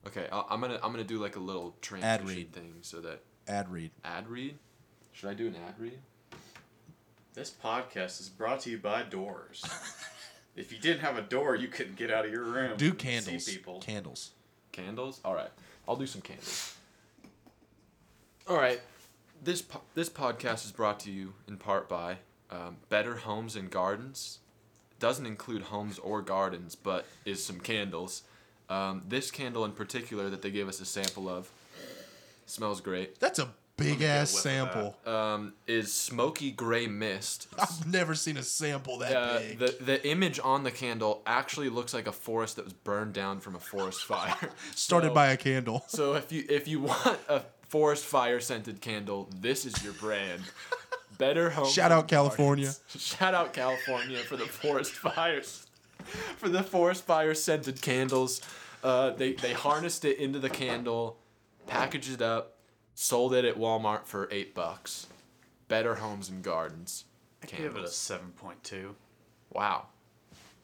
S3: Okay, I- I'm gonna I'm gonna do like a little transition
S4: read.
S3: thing so that
S4: Ad read.
S3: ad read. Should I do an ad read?
S5: This podcast is brought to you by doors. if you didn't have a door, you couldn't get out of your room.
S4: Do
S5: and
S4: candles.
S5: See people.
S4: Candles.
S3: Candles. All right, I'll do some candles. All right, this po- this podcast is brought to you in part by um, Better Homes and Gardens. Doesn't include homes or gardens, but is some candles. Um, this candle in particular that they gave us a sample of smells great.
S4: That's a big ass
S5: whiff of that.
S4: sample.
S3: Um, is smoky gray mist.
S4: I've never seen a sample that
S3: Uh,
S4: big.
S3: the the image on the candle actually looks like a forest that was burned down from a forest fire.
S4: Started
S3: So-
S4: by a candle.
S3: So if you if you want a forest fire scented candle, this is your brand. better home.
S4: Shout out California.
S3: Shout out California for the forest fires. For the forest fire scented candles. Uh, they, they harnessed it into the candle, packaged it up, sold it at Walmart for eight bucks. Better Homes and Gardens
S5: Give it a
S3: candles.
S5: seven point two.
S3: Wow.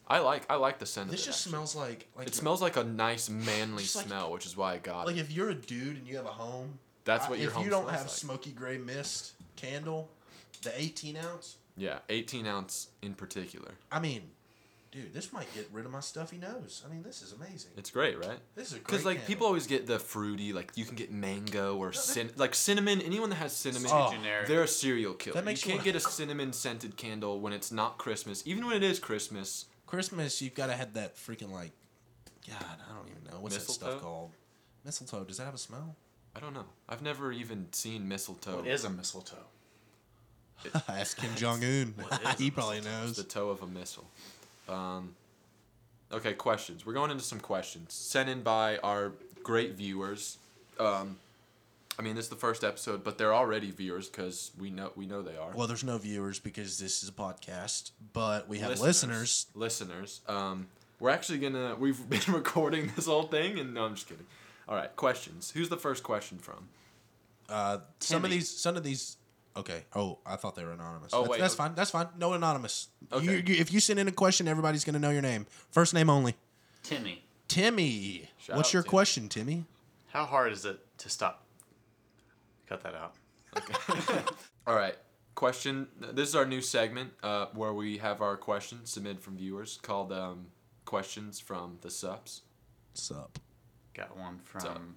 S3: I like I like the scent
S4: This
S3: of it.
S4: just
S3: actually.
S4: smells like like
S3: it smells like a nice manly
S4: Just like-
S3: smell, which is why I got
S4: like
S3: it.
S4: if you're a dude and you have a home.
S3: That's
S4: I-
S3: what your
S4: if
S3: home
S4: you don't
S3: smells
S4: have
S3: like.
S4: smoky gray mist candle, the 18 ounce.
S3: Yeah, 18 ounce in particular.
S4: I mean, dude, this might get rid of my stuffy nose. I mean, this is amazing.
S3: It's great, right?
S4: This is a
S3: Because
S4: great
S3: like
S4: candle.
S3: people always get the fruity, like you can get mango or cin- like cinnamon. Anyone that has cinnamon,
S4: Oh.
S5: Generic.
S3: they're a serial killer.
S4: That makes
S3: you
S4: you
S3: can't
S4: wanna-
S3: get a cinnamon scented candle when it's not Christmas, even when it is Christmas.
S4: Christmas, you've got to have that freaking like, God, I don't even know what's that
S3: Mistletoe?
S4: stuff called. Mistletoe. Does that have a smell?
S3: I don't know. I've never even seen mistletoe.
S5: What is a mistletoe?
S4: Ask Kim Jong Un. he probably
S3: the
S4: knows.
S3: toe of a missile. Um, okay, questions. We're going into some questions sent in by our great viewers. Um, I mean, this is the first episode, but they're already viewers because we know we know they are.
S4: Well, there's no viewers because this is a podcast, but we have listeners.
S3: Listeners. Um, we're actually gonna. We've been recording this whole thing, and no, I'm just kidding. All right, questions. Who's the first question from?
S4: Uh, some of
S5: Timmy.
S4: these, some of these. Okay. Oh, I thought they were anonymous.
S3: Oh,
S4: that's,
S3: wait,
S4: that's
S3: okay.
S4: fine. That's fine. No anonymous.
S3: Okay.
S4: You, you, if you send in a question, everybody's gonna know your name. First name only.
S5: Timmy.
S4: Timmy.
S3: Shout
S4: What's
S3: out,
S4: your
S3: Timmy.
S4: question, Timmy?
S5: How hard is it to stop? Cut that out.
S3: All right, question. This is our new segment uh, where we have our questions submitted from viewers called um, questions from the subs.
S4: Sup,
S5: Got one
S3: up?
S5: from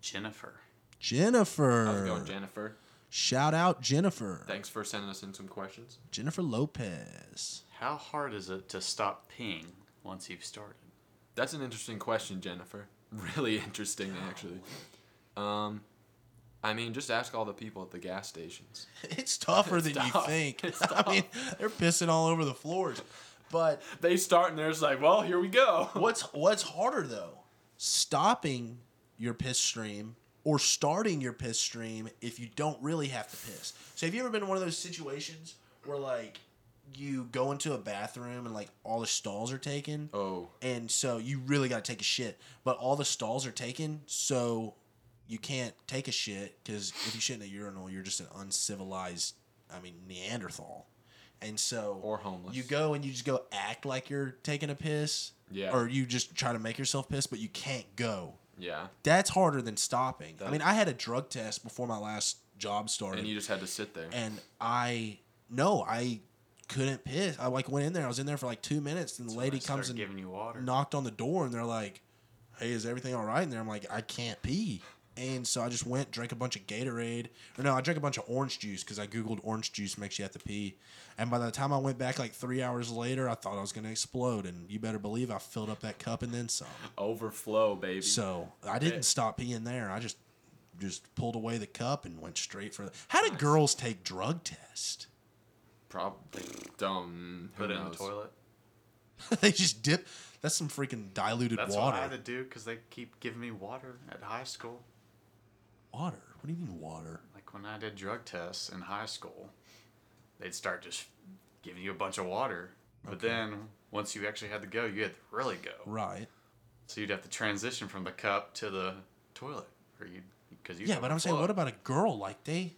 S5: Jennifer.
S4: Jennifer.
S3: How's it going, Jennifer?
S4: Shout out Jennifer.
S3: Thanks for sending us in some questions.
S4: Jennifer Lopez.
S5: How hard is it to stop peeing once you've started?
S3: That's an interesting question, Jennifer. Really interesting, actually. Um, I mean, just ask all the people at the gas stations.
S4: It's tougher than
S3: tough.
S4: you think.
S3: It's
S4: I mean, they're pissing all over the floors. But
S3: They start and they're just like, "Well, here we go."
S4: what's what's harder though? Stopping your piss stream or starting your piss stream if you don't really have to piss. So have you ever been in one of those situations where like you go into a bathroom and like all the stalls are taken?
S3: Oh,
S4: and so you really got to take a shit. But all the stalls are taken, so you can't take a shit because if you shit in a urinal, you're just an uncivilized, I mean Neanderthal. And so,
S3: Or homeless.
S4: You go and you just go act like you're taking a piss,
S3: Yeah.
S4: or you just try to make yourself piss, but you can't go.
S3: yeah.
S4: That's harder than stopping. I
S3: That-
S4: mean, I had a drug test before my last job started,
S3: And you just had to sit there.
S4: and I no, I couldn't piss. I like went in there. I was in there for like two minutes, and the lady
S5: They start
S4: comes and
S5: giving you water.
S4: knocked on the door and they're like, "Hey, is everything all right?" And there I'm like, "I can't pee." And so I just went, drank a bunch of Gatorade, or no, I drank a bunch of orange juice because I googled orange juice makes you have to pee. And by the time I went back, like three hours later, I thought I was gonna explode, and you better believe I filled up that cup and then some.
S3: Overflow, baby.
S4: So I didn't stop peeing there. I just just pulled away the cup and went straight for the. How did girls take drug tests?
S3: probably dumb. Who
S5: Put it in the
S3: knows?
S5: toilet.
S4: they just dip. That's some freaking diluted
S5: That's what I had to
S4: water.
S5: do because they keep giving me water at high school.
S4: Water. What do you mean water?
S5: Like when I did drug tests in high school, they'd start just giving you a bunch of water. But then once you actually had to go, you had to really go.
S4: Right.
S5: So you'd have to transition from the cup to the toilet, or you because you
S4: Yeah, but I'm saying, what about a girl? Like they,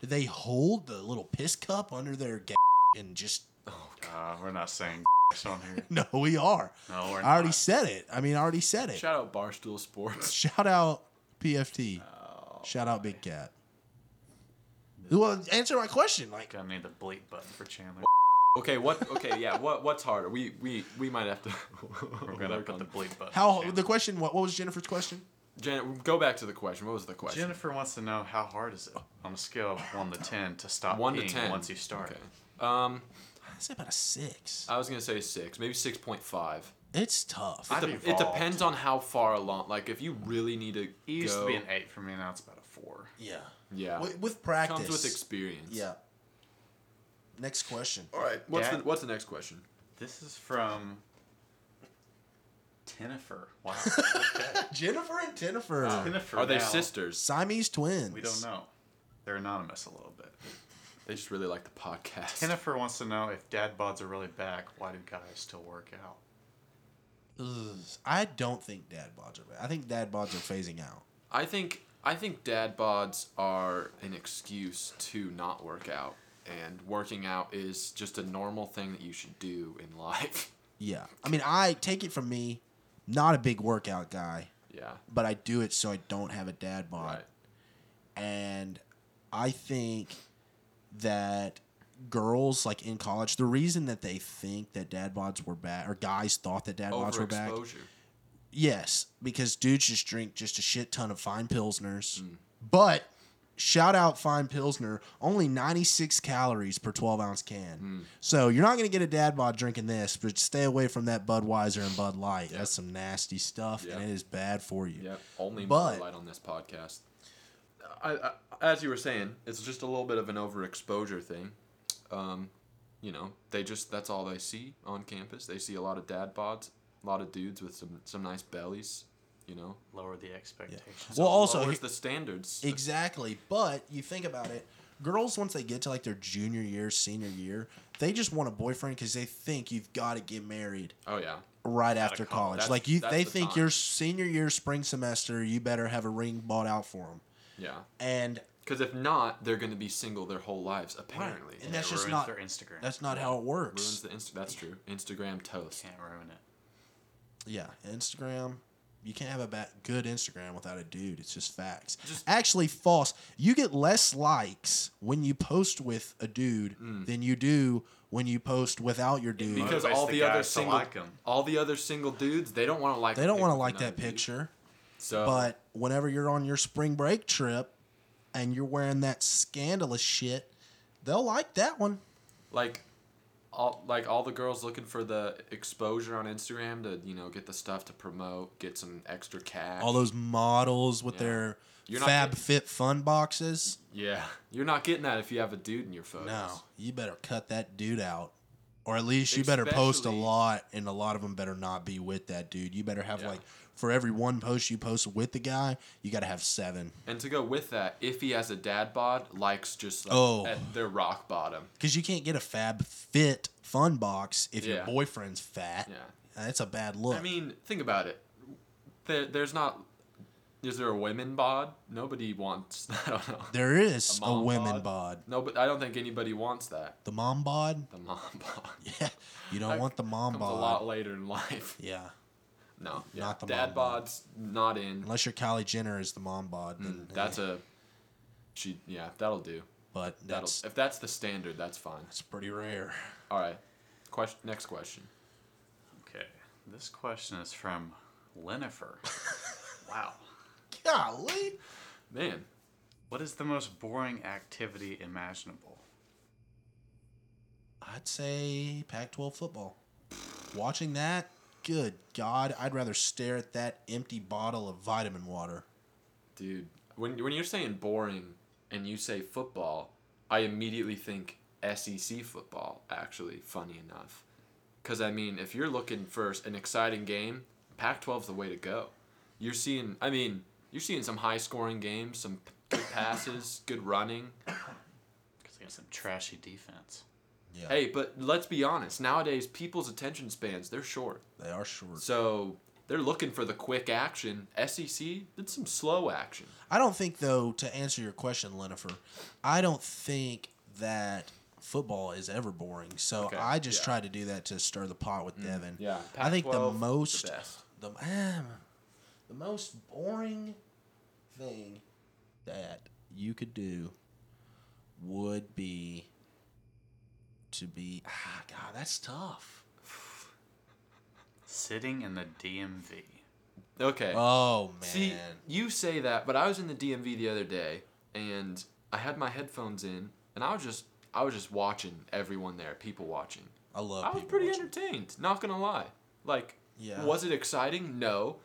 S4: do they hold the little piss cup under their g- and just?
S5: Uh, we're not saying on here.
S4: No, we are.
S5: No, we're
S4: I already
S5: not.
S4: said it. I mean, I already said it. Shout,
S3: Shout out Barstool Sports.
S4: out PFT. Shout out Big Cat. Well, answer my question. Like,
S5: Gonna need the bleep button for Chandler.
S3: Okay, what? Okay, yeah. What? What's harder? We we we might have to.
S5: We're gonna
S3: work
S5: put
S3: on
S5: the
S3: that.
S5: bleep button.
S4: how
S5: for
S4: the
S5: Chandler.
S4: question? What, what was Jennifer's question?
S3: Jen, go back to the question. What was the question?
S5: Jennifer wants to know how hard is it on a scale of one to ten to stop
S3: One to
S5: peeing
S3: ten.
S5: once you start.
S3: Okay. Um,
S4: I said about a six.
S3: I was gonna say six, maybe six point five.
S4: It's tough.
S5: I-
S3: It,
S5: I've
S3: de- it
S5: evolved.
S3: depends on how far along. Like if you really need to
S5: It used
S3: go,
S5: to be an eight for me, now it's about a four.
S4: yeah.
S3: yeah,
S4: With, with practice.
S3: comes with experience.
S4: Yeah. Next question.
S3: All right. What's
S5: Yeah.
S3: the What's the next question?
S5: This is from Tennifer. Wow.
S4: Jennifer and Tennifer.
S5: Tennifer
S3: Are they
S5: now,
S3: sisters?
S4: Siamese twins.
S5: We don't know. They're anonymous a little bit.
S3: They just really like the podcast.
S5: Jennifer wants to know if dad bods are really back. Why do guys still work out?
S4: Ugh. I don't think dad bods are. I think dad bods are phasing out.
S3: I think I think dad bods are an excuse to not work out, and working out is just a normal thing that you should do in life.
S4: Yeah. I mean, I take it from me, not a big workout guy,
S3: yeah,
S4: but I do it so I don't have a dad bod.
S3: right.
S4: And I think that girls like in college, the reason that they think that dad bods were bad or guys thought that dad bods were bad.
S3: Overexposure.
S4: Yes, because dudes just drink just a shit ton of fine pilsners. But shout out fine pilsner, only 96 calories per 12 ounce can. So you're not going to get a dad bod drinking this, but stay away from that Budweiser and Bud Light. That's some nasty stuff,
S3: Yep.
S4: and it is bad for you.
S3: Yep. Only
S4: But-
S3: more light on this podcast. I, I, as you were saying, it's just a little bit of an overexposure thing. Um, you know, they just that's all they see on campus. They see a lot of dad bods, a lot of dudes with some some nice bellies. You know,
S5: Lower the expectations.
S4: Well, also,
S3: lowers
S4: he-
S3: the standards.
S4: exactly. But you think about it. Girls, once they get to like their junior year, senior year, they just want a boyfriend because they think you've got to get married.
S3: oh yeah,
S4: right after
S5: college.
S4: college.
S3: That's-
S4: Like you,
S3: that's
S4: they
S3: the
S4: think
S3: time.
S4: your senior year spring semester, you better have a ring bought out for them.
S3: yeah.
S4: And
S3: Because if not, they're going to be single their whole lives. Apparently,
S4: and that's
S5: It
S4: just
S5: ruins
S4: not
S5: their Instagram.
S4: that's not how it
S3: ruins
S4: works.
S3: the Insta- That's true. Instagram toast.
S5: Can't ruin it.
S4: yeah, Instagram. You can't have a ba- good Instagram without a dude. It's just facts. Actually, false. You get less likes when you post with a dude than you do when you post without your dude.
S3: Mm. Because
S5: Motivates
S3: all
S5: the
S3: the, other
S5: guys to
S3: single,
S5: like 'em.
S3: all the other single dudes, they don't want to like.
S4: they don't
S3: pic
S4: want to
S3: with
S4: like that
S3: another dude.
S4: picture.
S3: So,
S4: But whenever you're on your spring break trip and you're wearing that scandalous shit, they'll like that one.
S3: like all like all the girls looking for the exposure on Instagram to you know get the stuff to promote, get some extra cash.
S4: all those models with
S3: Yeah.
S4: their
S3: You're not
S4: fab
S3: getting-
S4: fit fun boxes
S3: yeah, you're not getting that if you have a dude in your photos.
S4: no you better cut that dude out or at least you better post a
S3: Especially-
S4: lot and a lot of them better not be with that dude you better have
S3: Yeah.
S4: like for every one post you post with the guy you got to have seven
S3: And to go with that, if he has a dad bod, likes just like,
S4: Oh.
S3: at their rock bottom.
S4: because you can't get a fab fit fun box if your
S3: Yeah.
S4: boyfriend's fat
S3: Yeah.
S4: that's a bad look
S3: I mean, think about it. There, there's not. Is there a women bod? Nobody wants. I don't know.
S4: there is a,
S3: mom
S4: women bod
S3: No, but I don't think anybody wants that.
S4: the mom bod
S3: The mom bod.
S4: yeah you don't want the mom
S3: Comes
S4: bod
S3: a lot later in life.
S4: yeah
S3: No, yeah.
S4: Not the
S3: dad
S4: mom bod.
S3: bod's not in.
S4: unless your kylie jenner is the mom bod then
S3: Mm, That's a. She yeah, that'll do.
S4: but
S3: That'll
S4: that's
S3: if that's the standard, that's fine.
S4: It's pretty rare.
S3: All right. Question. Next question.
S5: Okay. This question is from Lenifer. wow.
S4: Golly.
S3: Man,
S5: What is the most boring activity imaginable?
S4: I'd say Pac 12 football. Watching that, good God, I'd rather stare at that empty bottle of vitamin water.
S3: dude, when when you're saying boring and you say football, I immediately think SEC football. Actually, funny enough, because I mean, if you're looking for an exciting game, Pac-12's the way to go. You're seeing. I mean, you're seeing some high-scoring games, some good passes, good running.
S5: Because they got some trashy defense.
S4: Yeah.
S3: Hey, but let's be honest. Nowadays, people's attention spans they're short.
S4: They are short.
S3: So they're looking for the quick action. SEC did some slow action.
S4: I don't think, though, to answer your question, Lenifer, I don't think that football is ever boring. So
S3: Okay,
S4: I just
S3: yeah. Mm,
S4: tried to do that to stir the pot with Devin.
S3: yeah,
S4: I think the
S3: Pac-12 's the
S4: most,
S3: best.
S4: the, um, the most boring thing that you could do would be to be. Ah, God, that's tough.
S5: Sitting in the DMV.
S3: Okay.
S4: Oh man.
S3: Eh, See, you say that, but I was in the DMV the other day and I had my headphones in and I was just I was just watching everyone there, people watching.
S4: I love.
S3: I was
S4: people
S3: pretty
S4: watching.
S3: entertained, not going to lie. Like
S4: Yeah.
S3: was it exciting? No.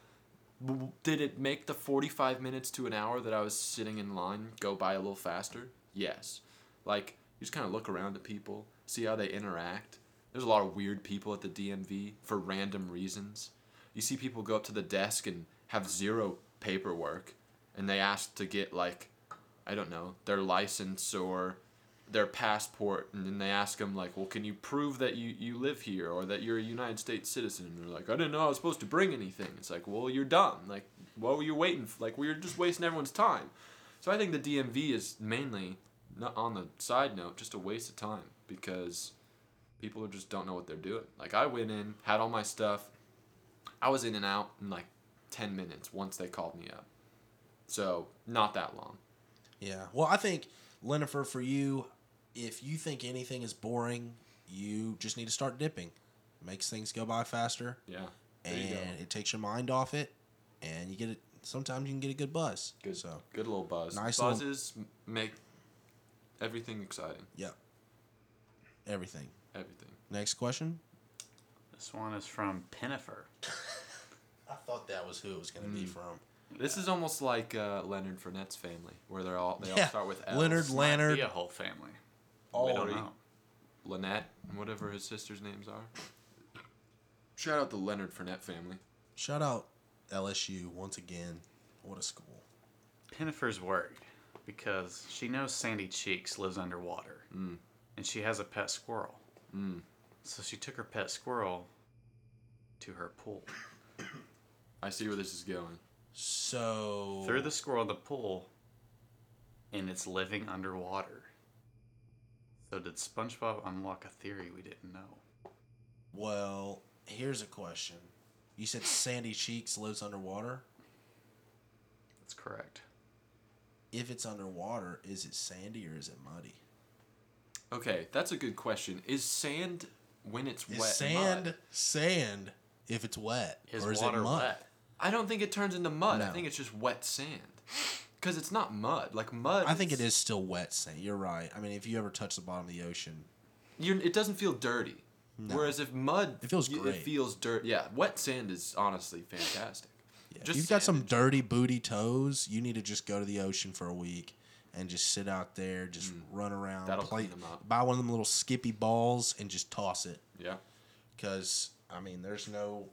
S3: W- Did it make the 45 minutes to an hour that I was sitting in line go by a little faster? Yes. Like, you just kind of look around at people, see how they interact. There's a lot of weird people at the DMV for random reasons. You see people go up to the desk and have zero paperwork, and they ask to get, like, I don't know, their license or their passport, and then they ask them like, "Well, can you prove that you you live here or that you're a United States citizen?" And they're like, "I didn't know I was supposed to bring anything." It's like, "Well, you're dumb. Like, what were you waiting? For? Like, we were just wasting everyone's time." So I think the DMV is mainly, not on the side note, just a waste of time because people just don't know what they're doing. Like, I went in, had all my stuff, I was in and out in like ten minutes once they called me up. So not that long.
S4: Yeah. Well, I think Lenifer, for you, if you think anything is boring, you just need to start dipping. Makes things go by faster,
S3: Yeah. There you go.
S4: and it takes your mind off it, and you get it. Sometimes you can get a good buzz.
S3: Good,
S4: So
S3: good little buzz.
S4: Nice little-
S3: Buzzes m make everything exciting.
S4: yeah, everything.
S3: Everything.
S4: Next question.
S5: This one is from Pinnifer.
S4: I thought that was who it was going to be from.
S3: This is almost like uh, Leonard Fournette's family, where they're all they all start with L's.
S4: Leonard,
S5: Might be
S4: Leonard,
S5: a whole family.
S3: Ori,
S5: We don't know.
S3: Lynette, and whatever his sisters' names are. Shout out the Leonard Fournette family.
S4: Shout out LSU once again. What a school.
S5: Pinnifer's worried because she knows Sandy Cheeks lives underwater, and she has a pet squirrel.
S3: Mm,
S5: So she took her pet squirrel to her pool.
S3: I see where this is going.
S4: So
S5: Threw the squirrel in the pool, and it's living underwater. So did SpongeBob unlock a theory we didn't know?
S4: well, here's a question. You said Sandy Cheeks lives underwater.
S5: That's correct.
S4: If it's underwater, is it sandy or is it muddy?
S3: Okay, that's a good question. Is sand when it's
S4: Is
S3: wet?
S4: sand
S3: mud?
S4: sand if it's wet,
S5: Is
S4: or is
S5: water
S4: it mud?
S5: wet?
S3: I don't think it turns into mud. I
S4: No.
S3: think it's just wet sand. Because it's not mud. Like mud.
S4: I think it is still wet sand. You're right. I mean, if you ever touch the bottom of the ocean,
S3: You're, it doesn't feel dirty. Whereas if mud,
S4: It feels
S3: y-
S4: great.
S3: It feels dirt. Yeah, wet sand is honestly fantastic.
S4: yeah.
S3: Just
S4: you've got some
S3: sand.
S4: dirty booty toes. You need to just go to the ocean for a week and just sit out there, just run around,
S3: Mm. That'll
S4: play,
S3: clean 'em up.
S4: buy one of them little skippy balls and just toss it.
S3: Yeah,
S4: Because I mean, there's no,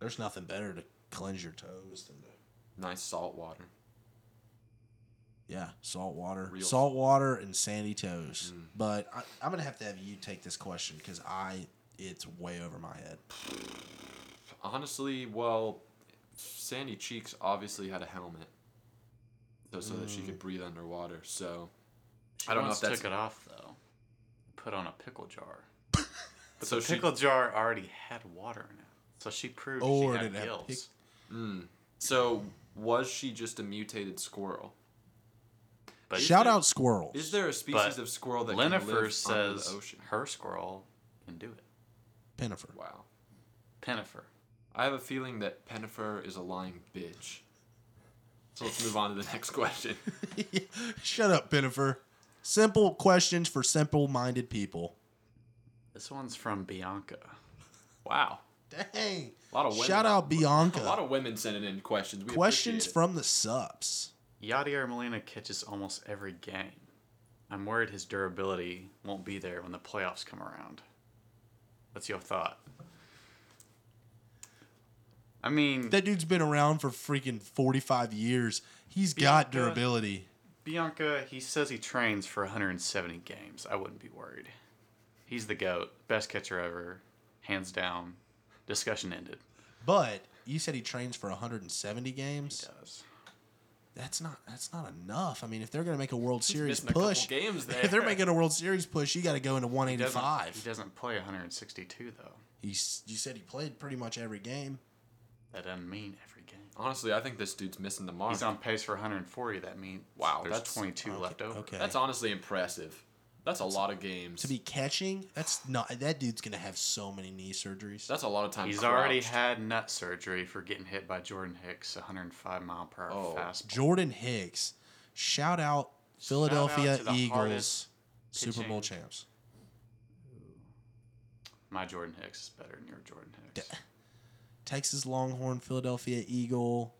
S4: there's nothing better to cleanse your toes than to
S3: nice salt water.
S4: Yeah, salt water,
S3: Real Mm.
S4: salt water, and sandy toes. But I, I'm gonna have to have you take this question because I, it's way over my head.
S3: Honestly, well, Sandy Cheeks obviously had a helmet, so so that she
S4: Mm.
S3: could breathe underwater. So
S5: She
S3: I don't know
S5: once
S3: if that's
S5: took it off though. Put on a pickle jar. But
S3: So
S5: the
S3: she-
S5: pickle jar already had water in it, so she proved
S4: Oh, Or
S5: she had
S4: did it have
S5: gills.
S4: pic-
S3: mm. so. Was she just a mutated squirrel?
S5: but
S4: Shout out squirrels.
S3: Is there a species
S5: But
S3: of squirrel that
S5: Lenifer
S3: can live under
S5: says
S3: the ocean?
S5: her squirrel can do it.
S4: Pinnifer?
S3: Wow.
S5: Pinnifer.
S3: I have a feeling that Pennifer is a lying bitch. So let's move on to the next question.
S4: Shut up, Pinnifer. Simple questions for simple-minded people.
S5: This one's from Bianca.
S3: Wow.
S4: Dang.
S3: A lot of women.
S4: Shout out
S3: A
S4: Bianca.
S3: lot of women sending in questions. We
S4: questions
S3: appreciate it.
S4: from the subs.
S5: Yadier Molina catches almost every game. I'm worried his durability won't be there when the playoffs come around. What's your thought? I mean,
S4: That dude's been around for freaking 45 years. He's got
S5: Bianca.
S4: durability.
S5: Bianca, he says he trains for 170 games. I wouldn't be worried. He's the GOAT. Best catcher ever. Hands down. Discussion ended.
S4: But you said he trains for 170 games.
S5: Does.
S4: that's not that's not enough. I mean, if they're going to make a World Series
S3: missing a couple
S4: push,
S3: games
S4: if they're
S3: there.
S4: making a World Series push, you got to go into
S5: He doesn't,
S4: 185.
S5: he doesn't play 162, though.
S4: He's you said he played pretty much every game.
S5: That doesn't mean every game.
S3: Honestly, I think this dude's missing the mark.
S5: He's on pace for 140. That means
S3: Wow,
S5: there's
S3: that's-
S5: 22 left over.
S4: okay.
S3: That's honestly impressive. That's a lot of games.
S4: To be catching, that's not that dude's going to have so many knee surgeries.
S3: That's a lot of time.
S5: He's already
S3: crouched.
S5: had nut surgery for getting hit by Jordan Hicks, 105 mile per hour
S3: Oh.
S5: fastball.
S4: Jordan Hicks, shout out Philadelphia
S5: to the
S4: Eagles
S5: hardest
S4: Super Bowl
S5: pitching-
S4: champs.
S5: My Jordan Hicks is better than your Jordan Hicks.
S4: Texas Longhorn, Philadelphia Eagle.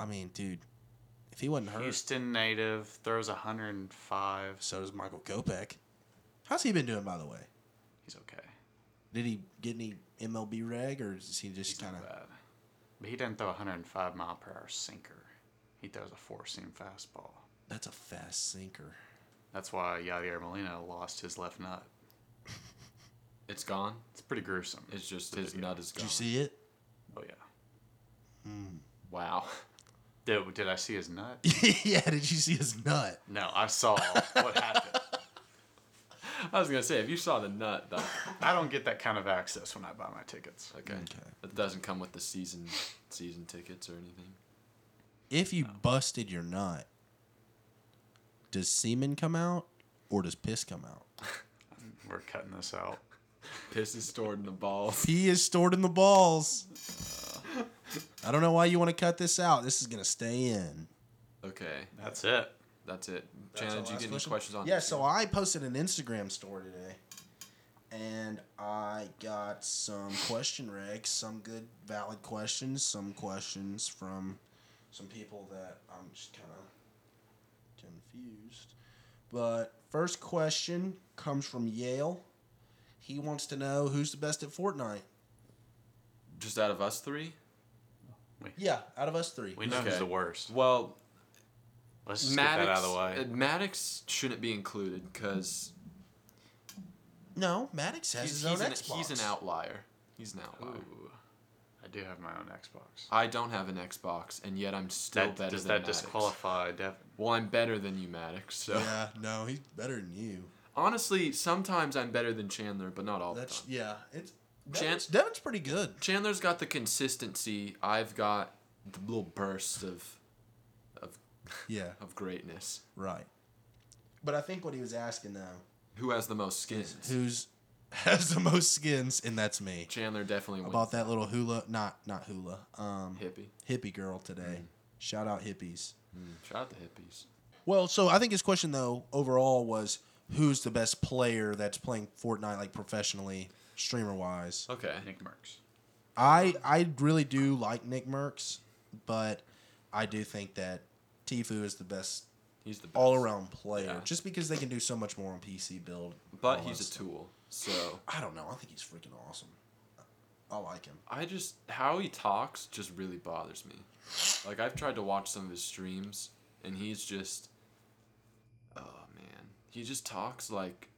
S4: I mean, dude, if he wasn't hurt,
S5: Houston native throws 105.
S4: so does Michael Kopech. How's he been doing, by the way?
S5: He's okay.
S4: Did he get any MLB reg, or is he
S5: He's
S4: just
S5: not
S4: kind of?
S5: bad. But he didn't throw a 105 mile per hour sinker. He throws a four seam fastball.
S4: That's a fast sinker.
S5: That's why Yadier Molina lost his left nut.
S3: It's gone.
S5: It's pretty gruesome.
S3: It's just his nut is
S4: Did
S3: gone.
S4: you see it?
S5: oh yeah.
S3: Hmm. Wow.
S5: Did, did I see his nut?
S4: yeah, did you see his nut?
S5: No, I saw what happened.
S3: I was gonna say if you saw the nut, though,
S5: I don't get that kind of access when I buy my tickets.
S3: okay,
S4: Okay.
S3: it doesn't come with the season season tickets or anything.
S4: If you busted your nut, does semen come out or does piss come out?
S5: We're cutting this out.
S3: Piss is stored in the balls.
S4: Pee is stored in the balls. I don't know why you want to cut this out. This is gonna stay in.
S3: Okay,
S5: That's it.
S3: that's it. Shannon, did you get any questions on?
S4: Yeah,
S3: this?
S4: so I posted an Instagram story today, and I got some question regs, some good, valid questions, some questions from some people that I'm just kind of confused. But first question comes from Yale. He wants to know who's the best at Fortnite.
S3: just out of us three.
S4: Yeah, out of us three.
S5: We know
S3: Okay.
S5: who's the worst.
S3: Well,
S5: Let's just
S3: Maddox,
S5: get that out of the way.
S3: uh, Maddox shouldn't be included because
S4: No, Maddox has
S3: he's,
S4: his own
S3: he's an,
S4: Xbox.
S3: he's an outlier. He's an outlier.
S5: Ooh. I do have my own Xbox.
S3: I don't have an Xbox, and yet I'm still
S5: That,
S3: better
S5: does
S3: than
S5: that
S3: Maddox.
S5: disqualify Devin?
S3: Well, I'm better than you, Maddox. So
S4: Yeah, no, he's better than you.
S3: honestly, sometimes I'm better than Chandler, but not all the
S4: That's
S3: time.
S4: yeah. It's
S3: Chan-
S4: Devin's, Devin's pretty good.
S3: Chandler's got the consistency. I've got the little bursts of of
S4: Yeah,
S3: of greatness.
S4: right. But I think what he was asking though,
S3: Who has the most skins?
S4: who's has the most skins, and that's me.
S3: Chandler definitely wins.
S4: About that little hula, not not hula, um,
S3: hippie.
S4: hippie girl today. Shout out hippies.
S3: Shout out to hippies.
S4: Well, so I think his question though overall was who's the best player that's playing Fortnite like professionally, streamer wise.
S3: Okay.
S5: Nick Merckx.
S4: I I really do like Nick Merckx, but I do think that Tifu is the best
S3: He's the best.
S4: all around player
S3: Yeah.
S4: just because they can do so much more on PC build.
S3: But
S4: all
S3: he's
S4: that
S3: a
S4: stuff.
S3: tool. So
S4: I don't know. I think he's freaking awesome. I like him.
S3: I just how he talks just really bothers me. Like I've tried to watch some of his streams and he's just oh man. He just talks like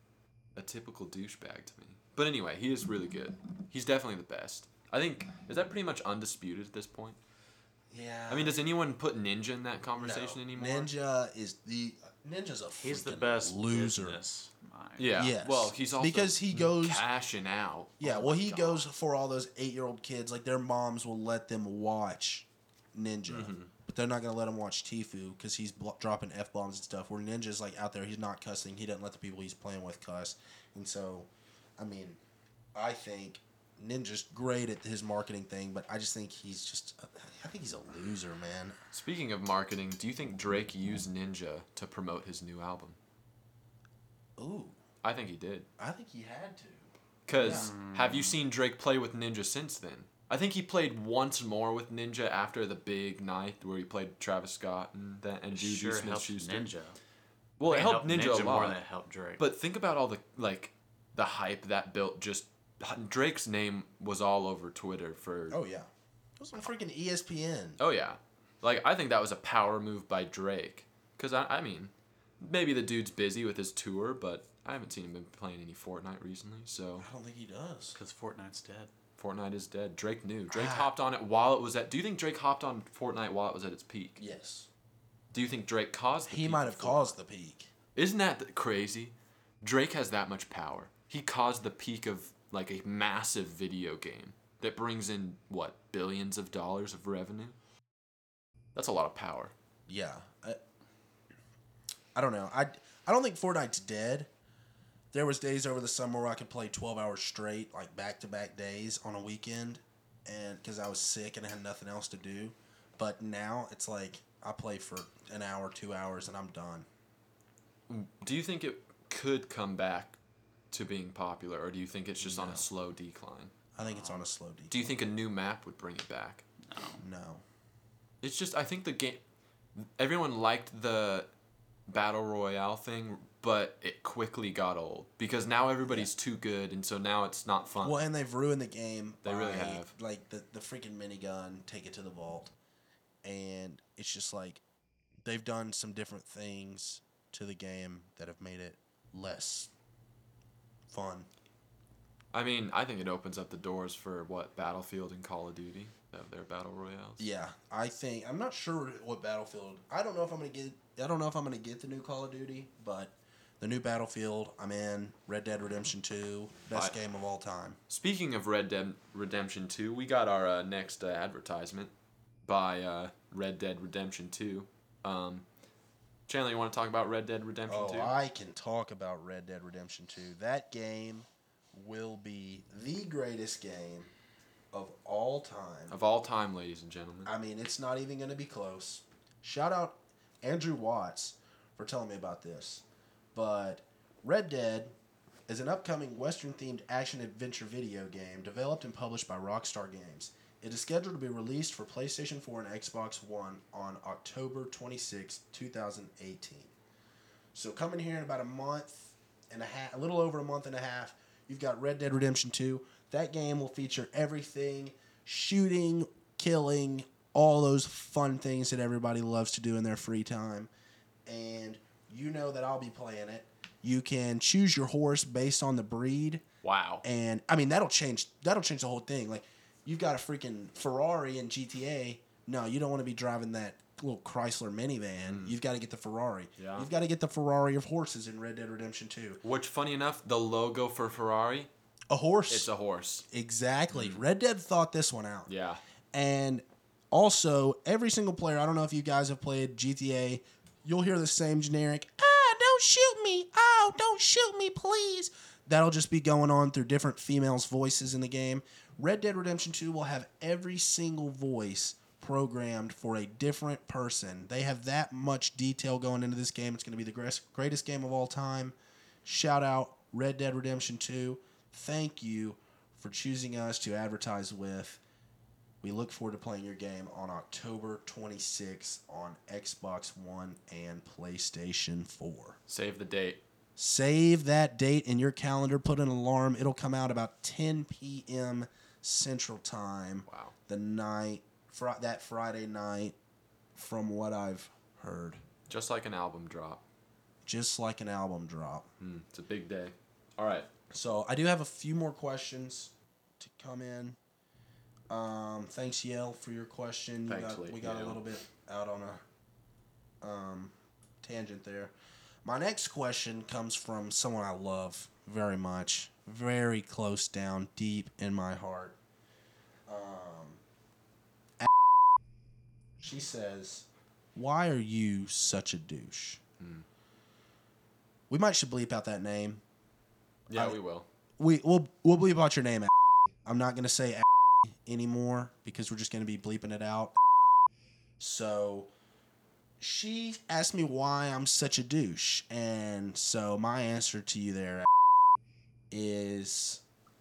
S3: a typical douchebag to me. But anyway, he is really good. He's definitely the best. I think is that pretty much undisputed at this point.
S4: Yeah.
S3: I mean, does anyone put Ninja in that conversation anymore?
S4: Ninja is the Ninja's a
S5: He's the
S4: freaking
S5: best
S4: loser.
S5: business mind.
S3: Yeah.
S4: Yes.
S3: Well, he's also
S4: Because he goes-
S3: cashing out.
S4: Yeah,
S3: Oh
S4: well,
S3: my
S4: he
S3: God.
S4: goes for all those eight-year-old kids. Like their moms will let them watch Ninja, but they're not gonna let him watch Tifu because he's blo- dropping f bombs and stuff. Where Ninja's like out there, he's not cussing. He doesn't let the people he's playing with cuss, and so, I mean, I think Ninja's great at his marketing thing, but I just think he's just, uh, I think he's a loser, man.
S3: Speaking of marketing, do you think Drake used Ninja to promote his new album?
S4: Ooh,
S3: I think he did.
S4: I think he had to.
S3: Because have
S5: Mm.
S3: you seen Drake play with Ninja since then? I think he played once more with Ninja after the big night where he played Travis Scott and that and Juju
S5: Sure
S3: Smith
S5: helped
S3: Schuster.
S5: Ninja.
S3: Well, it
S5: It
S3: helped Ninja, a
S5: more than it
S3: lot.
S5: helped Drake.
S3: But think about all the like the hype that built. Just Drake's name was all over Twitter for.
S4: Oh yeah, it was on freaking E ESPN.
S3: Oh yeah, like I think that was a power move by Drake. Cause I, I mean, maybe the dude's busy with his tour, but I haven't seen him been playing any Fortnite recently. So
S4: I don't think he does.
S5: because Fortnite's dead.
S3: Fortnite is dead. Drake knew. Drake
S4: Ah.
S3: hopped on it while it was at. Do you think Drake hopped on Fortnite while it was at its peak?
S4: Yes,
S3: Do you think Drake caused? The
S4: he
S3: peak
S4: might
S3: of
S4: have
S3: Fortnite?
S4: caused the peak.
S3: Isn't that th- crazy? Drake has that much power. He caused the peak of like a massive video game that brings in what billions of dollars of revenue. That's a lot of power.
S4: yeah I, I don't know i i don't think fortnite's dead there was days over the summer where i could play 12 hours straight like back to back days on a weekend and because i was sick and i had nothing else to do but now it's like i play for an hour two hours and i'm done
S3: Do you think it could come back to being popular, or do you think it's just on a slow decline?
S4: i think it's on a slow deep
S3: Do you think a new map would bring it back?
S4: no
S3: It's just I think the game, everyone liked the battle royale thing, but it quickly got old because now everybody's too good, and so now it's not fun.
S4: well and they've ruined the game
S3: They really
S4: by,
S3: have.
S4: like the, the freaking minigun take it to the vault and it's just like they've done some different things to the game that have made it less fun.
S3: I mean, I think it opens up the doors for what Battlefield and Call of Duty, their- their battle royales.
S4: Yeah, I think I'm not sure what Battlefield. I don't know if I'm gonna get. I don't know if I'm gonna get the new Call of Duty, but the new Battlefield, I'm in. Red Dead Redemption Two, best
S3: I-
S4: game of all time.
S3: Speaking of Red Dead Redemption 2, we got our uh, next uh, advertisement by uh, Red Dead Redemption 2. Um, Chandler, you want to talk about Red Dead Redemption
S4: Oh,
S3: 2?
S4: I can talk about Red Dead Redemption 2. That game will be the greatest game of all time.
S3: Of all time, ladies and gentlemen.
S4: I mean, it's not even going to be close. Shout out Andrew Watts for telling me about this. But Red Dead is an upcoming Western themed action adventure video game developed and published by Rockstar Games. It is scheduled to be released for PlayStation 4 and Xbox One on October 26, 2018. So, coming here in about a month and a half, a little over a month and a half, you've got Red Dead Redemption 2. That game will feature everything shooting, killing, all those fun things that everybody loves to do in their free time. And you know that I'll be playing it. You can choose your horse based on the breed
S3: wow.
S4: and I mean that'll change that'll change the whole thing. Like you've got a freaking Ferrari in GTA. No, you don't want to be driving that little Chrysler minivan. You've got to get the Ferrari.
S3: Mm. Yeah.
S4: You've got to get the Ferrari of horses in Red Dead Redemption 2.
S3: Which, funny enough, the logo for Ferrari,
S4: A horse.
S3: it's a Mm. horse.
S4: exactly. Red Dead thought this one out.
S3: Yeah.
S4: And also, every single player, I don't know if you guys have played GTA, you'll hear the same generic, ah, don't shoot me. Oh, don't shoot me, please. That'll just be going on through different females' voices in the game. Red Dead Redemption 2 will have every single voice programmed for a different person. They have that much detail going into this game. It's going to be the gres- greatest game of all time. Shout out Red Dead Redemption 2. Thank you for choosing us to advertise with. We look forward to playing your game on October 26th on Xbox One and PlayStation 4.
S3: Save the date.
S4: Save that date in your calendar, put an alarm. It'll come out about 10 p.m. Central Time
S3: Wow.
S4: the night, fri- that Friday night, from what I've heard.
S3: Just like an album drop.
S4: Just like an album drop.
S3: Mm, it's a big day. All right.
S4: So I do have a few more questions to come in. Um, thanks, Yale, for your question. You
S3: Thanks,
S4: got,
S3: Lee-
S4: we got a
S3: Yale.
S4: little bit out on a um, tangent there. My next question comes from someone I love very much, very close down, deep in my heart. Um, she says, "Why are you such a douche?"
S3: Hmm.
S4: We might should bleep out that name
S3: Yeah,
S4: I-
S3: we will.
S4: we we'll we'll bleep out your name. a- I'm not gonna say a- anymore because we're just gonna be bleeping it out. So she asked me why I'm such a douche, and so my answer to you there a- is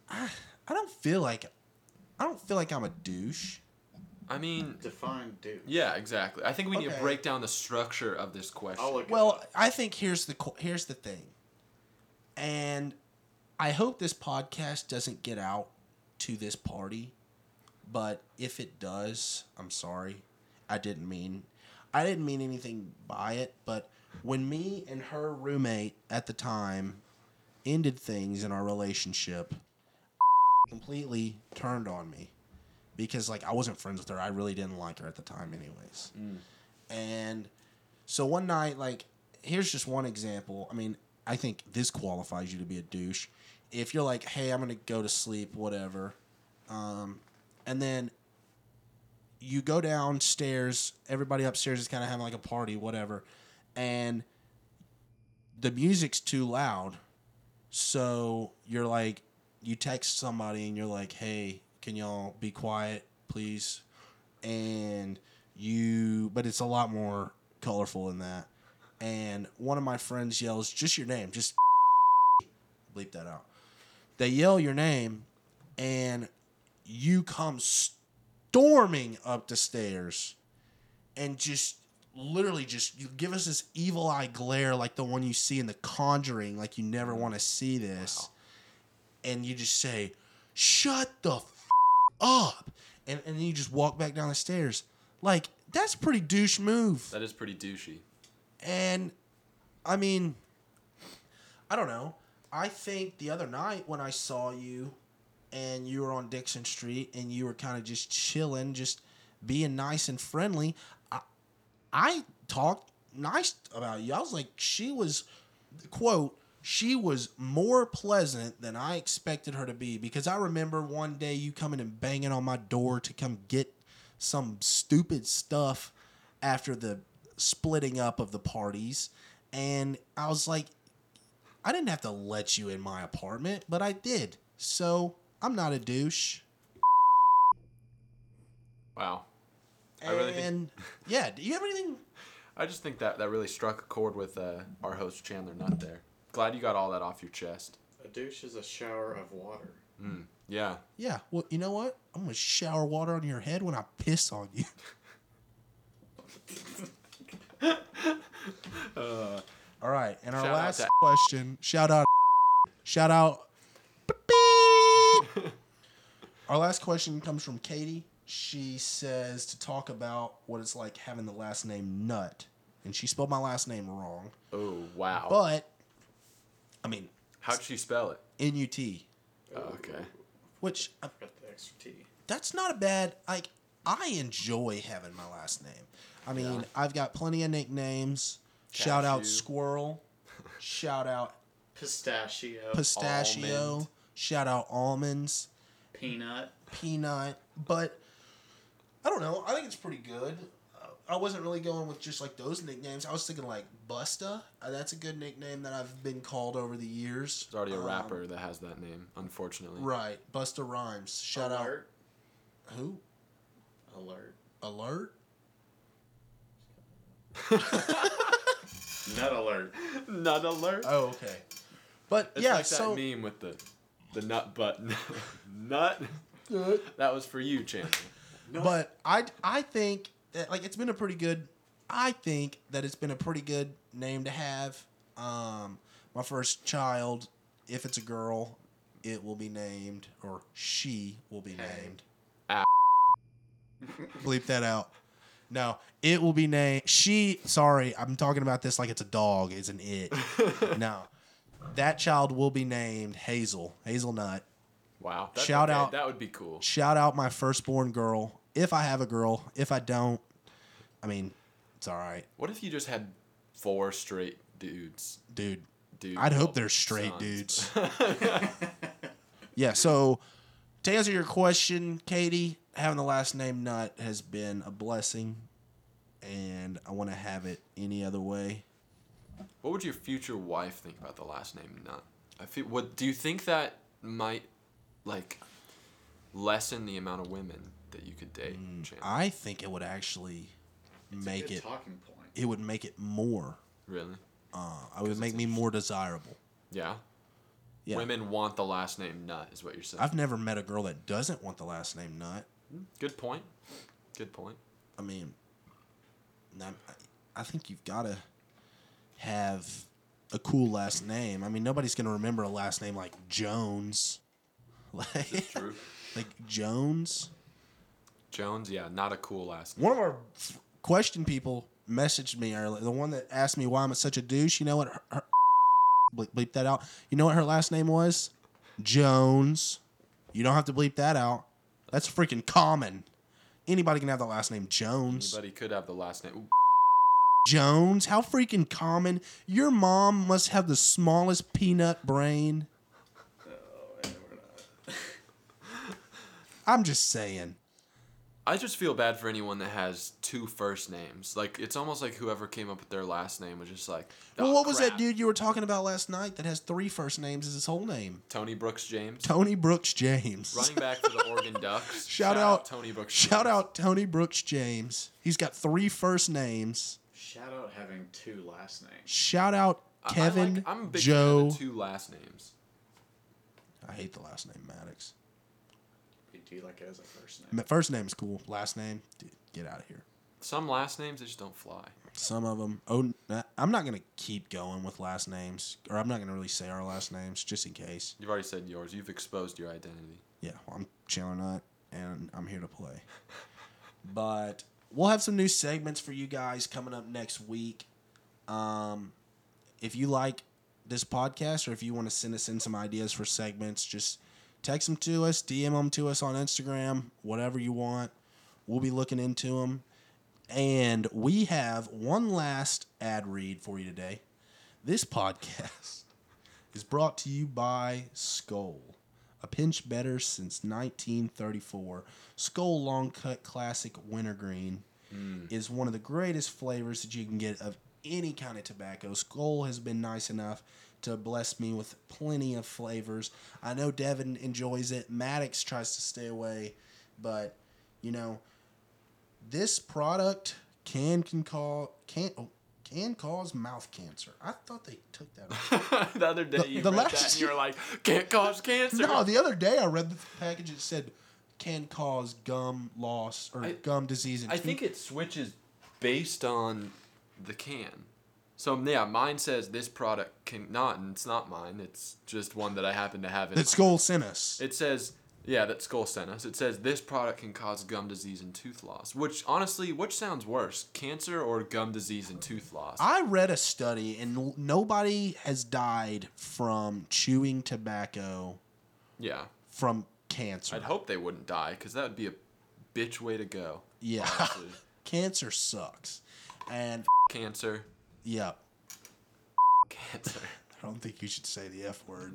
S4: I, I don't feel like I don't feel like I'm a douche.
S3: I mean,
S5: Define dude.
S3: yeah, exactly. I think we need
S4: Okay.
S3: to break down the structure of this question.
S5: I'll look
S4: Well, I think here's the qu- here's the thing, and I hope this podcast doesn't get out to this party, but if it does, I'm sorry. I didn't mean I didn't mean anything by it, but when me and her roommate at the time ended things in our relationship, completely turned on me because like I wasn't friends with her. I really didn't like her at the time anyways. And so one night, like, here's just one example. I mean, I think this qualifies you to be a douche. If you're like, hey, I'm gonna go to sleep, whatever, um, and then you go downstairs, everybody upstairs is kind of having like a party, whatever, and the music's too loud, so you're like, you text somebody and you're like, hey, can y'all be quiet, please? and you but it's a lot more colorful than that and one of my friends yells just your name just bleep that out they yell your name and you come storming up the stairs and just literally just you give us this evil eye glare like the one you see in the conjuring like you never want to see this and you just say shut the f- up and, and then you just walk back down the stairs like that's a pretty douche move.
S3: That is pretty douchey.
S4: And I mean, I don't know. I think the other night when I saw you and you were on Dixon Street and you were kind of just chilling, just being nice and friendly, I, I talked nice about you. I was like, she was, quote, she was more pleasant than I expected her to be because I remember one day you coming and banging on my door to come get some stupid stuff after the splitting up of the parties. And I was like, I didn't have to let you in my apartment, but I did. So I'm not a douche.
S3: Wow. I
S4: And
S3: really think-
S4: yeah, do you have anything?
S3: I just think that that really struck a chord with uh, our host Chandler Nutt there. Glad you got all that off your chest. Hmm.
S5: A douche is a shower of water.
S3: Yeah.
S4: Yeah, well, you know what? I'm gonna shower water on your head when I piss on you. All right, and our
S3: Uh, Shout out
S4: last
S3: to-
S4: question. Shout out. Shout out. Beep. our last question comes from Katie. She says to talk about what it's like having the last name Nut, and she spelled my last name wrong.
S3: Oh wow.
S4: But I mean,
S3: How'd she spell it?
S4: N U T,
S3: Oh, okay.
S4: which I
S5: Got the extra tea.
S4: that's not a bad like I enjoy having my last name. I mean, I've got plenty of nicknames. Shout out
S3: Cashew.
S4: squirrel. shout out
S5: Pistachio.
S4: pistachio.
S5: almond,
S4: Shout out almonds,
S5: peanut.
S4: peanut. But I don't know. I think it's pretty good. Uh, I wasn't really going with just like those nicknames. I was thinking like Busta. Uh, that's a good nickname that I've been called over the years.
S3: There's already a
S4: Um,
S3: rapper that has that name, unfortunately.
S4: Right, Busta Rhymes. Shout
S5: alert.
S4: out who?
S5: Alert.
S4: Alert.
S5: Nut alert.
S3: Nut alert.
S4: Oh, okay. But
S3: It's
S4: yeah,
S3: like that
S4: so
S3: meme with the the nut button. nut. That was for you, Chandler.
S4: But I I think that like it's been a pretty good. I think that it's been a pretty good name to have. Um, my first child, if it's a girl, it will be named or she will be
S5: Hey.
S4: named.
S3: Ah.
S4: Bleep that out. No, it will be named she. Sorry, I'm talking about this like it's a dog. It's an it. no, that child will be named Hazel. Hazelnut.
S3: Wow. That's
S4: Shout
S3: okay.
S4: out.
S3: That would be cool.
S4: shout out my firstborn girl if I have a girl. If I don't, I mean, it's all right,
S3: What if you just had four straight dudes?
S4: dude.
S3: Dude.
S4: I'd
S3: well,
S4: hope they're straight
S3: sons.
S4: dudes. yeah. So to answer your question, Katie, having the last name Nut has been a blessing, and I want to have it any other way.
S3: What would your future wife think about the last name Nut? I feel. What do you think that might like lessen the amount of women that you could date? Chandler?
S4: Mm, I think it would actually make it.
S5: talking point.
S4: It would make it more.
S3: really?
S4: Uh, it would make me more desirable.
S3: Yeah?
S4: Yeah.
S3: Women want the last name Nut, is what you're saying.
S4: I've never met a girl that doesn't want the last name Nut.
S3: Good point. Good point.
S4: I mean, I, I think you've got to have a cool last name. I mean, nobody's going to remember a last name like Jones. Like,
S3: True.
S4: like Jones.
S3: Jones, yeah, not a cool last name.
S4: One of our f- question people messaged me earlier. The one that asked me why I'm such a douche. You know what? Her, her, bleep, bleep that out. You know what her last name was? Jones. You don't have to bleep that out. That's freaking common. Anybody can have the last name Jones.
S3: Anybody could have the last name. Ooh,
S4: Jones, how freaking common. Your mom must have the smallest peanut brain. I'm just saying.
S3: I just feel bad for anyone that has two first names. Like it's almost like whoever came up with their last name was just like.
S4: well,
S3: "Oh,
S4: what was that
S3: crap."
S4: dude you were talking about last night that has three first names as his whole name?
S3: Tony Brooks James,
S4: Tony Brooks James.
S3: running back for the Oregon Ducks.
S4: Shout, out,
S3: Tony Brooks. James.
S4: Shout out Tony Brooks James. He's got three first names.
S5: Shout out having two last names.
S4: Shout out
S3: I- I
S4: Kevin
S3: like- I'm a big fan
S4: Joe.
S3: of the two last names.
S4: I hate the last name Maddox.
S5: Do you like it as a first name?
S4: Ma- First name's cool. Last name, dude, get out of here.
S3: Some last names they just don't fly.
S4: Some of them. Oh, n- I'm not gonna keep going with last names, or I'm not gonna really say our last names, just in case.
S3: You've already said yours. You've exposed your identity.
S4: Yeah, well, I'm Chandler Nut, and I'm here to play. But we'll have some new segments for you guys coming up next week. Um, if you like this podcast or if you want to send us in some ideas for segments, just text them to us, DM them to us on Instagram, whatever you want. We'll be looking into them. And we have one last ad read for you today. This podcast is brought to you by Skoll, a pinch better since 1934. Skoll Long Cut Classic Wintergreen is one of the greatest flavors that you can get of any kind of tobacco. Skoll has been nice enough to bless me with plenty of flavors. I know Devin enjoys it. Maddox tries to stay away, but you know, this product can can call can oh, can cause mouth cancer. I thought they took that. Away.
S3: the other day
S4: The-
S3: you
S4: the
S3: read
S4: last-
S3: that and you were like, can't cause cancer.
S4: No, the other day I read the package. It said can cause gum loss or
S3: I-
S4: gum disease. And
S3: I
S4: tooth-
S3: think it switches based on the can. So um, yeah, mine says this product can not, and it's not mine. It's just one that I happen to have in.
S4: that
S3: my-
S4: Skoll sent us.
S3: It says, yeah, that Skull sent us. It says this product can cause gum disease and tooth loss. Which honestly, which sounds worse, cancer or gum disease and tooth loss?
S4: I read a study, and n- nobody has died from chewing tobacco
S3: yeah,
S4: from cancer.
S3: I'd hope they wouldn't die because that would be a bitch way to go.
S4: Yeah,
S3: honestly.
S4: cancer sucks, and
S3: cancer,
S4: yeah,
S3: cancer.
S4: I don't think you should say the f word.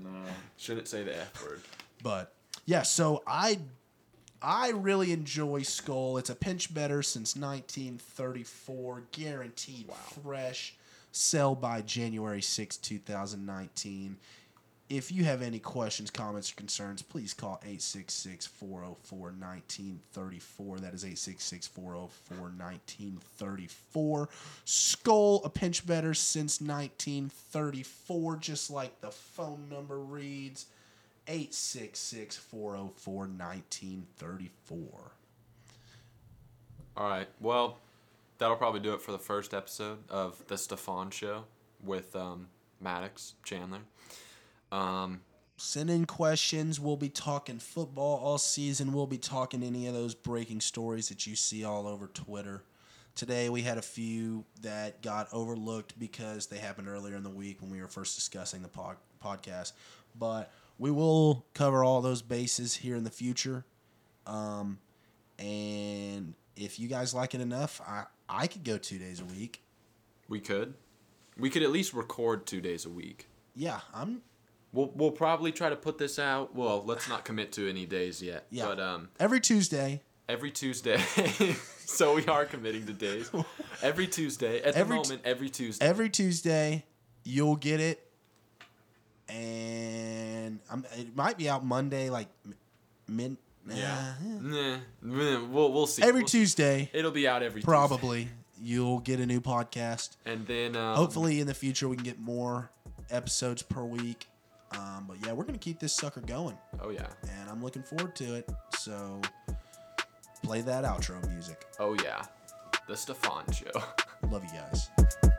S3: Shouldn't say the f word.
S4: But yeah, so I I really enjoy Skull. It's a pinch better since 1934, guaranteed fresh, sell by January 6, 2019. If you have any questions, comments, or concerns, please call 866 404 1934. That is 866 404 1934. Skull, a pinch better since 1934, just like the phone number reads. 866 404 1934.
S3: All right. Well, that'll probably do it for the first episode of the Stefan Show with um, Maddox Chandler. Um,
S4: Send in questions. We'll be talking football all season. We'll be talking any of those breaking stories that you see all over Twitter. Today we had a few that got overlooked because they happened earlier in the week when we were first discussing the pod- podcast. But we will cover all those bases here in the future. Um, and if you guys like it enough, I, I could go two days a week.
S3: we could, we could at least record two days a week.
S4: Yeah, I'm.
S3: We'll we'll probably try to put this out. Well, let's not commit to any days yet.
S4: Yeah.
S3: But um,
S4: Every Tuesday,
S3: every Tuesday. so we are committing to days. Every Tuesday. At
S4: Every
S3: the
S4: t-
S3: moment, every Tuesday.
S4: every Tuesday, you'll get it, and I'm, it might be out Monday, like m- min.
S3: Yeah.
S4: Nah.
S3: Nah, nah, we'll we'll see.
S4: every
S3: We'll see.
S4: Tuesday,
S3: It'll be out every Tuesday.
S4: probably you'll get a new podcast.
S3: And then um,
S4: Hopefully, in the future, we can get more episodes per week. Um, but yeah, we're gonna keep this sucker going,
S3: Oh yeah.
S4: and I'm looking forward to it. So, play that outro music.
S3: Oh yeah. The Stefan Show.
S4: Love you guys.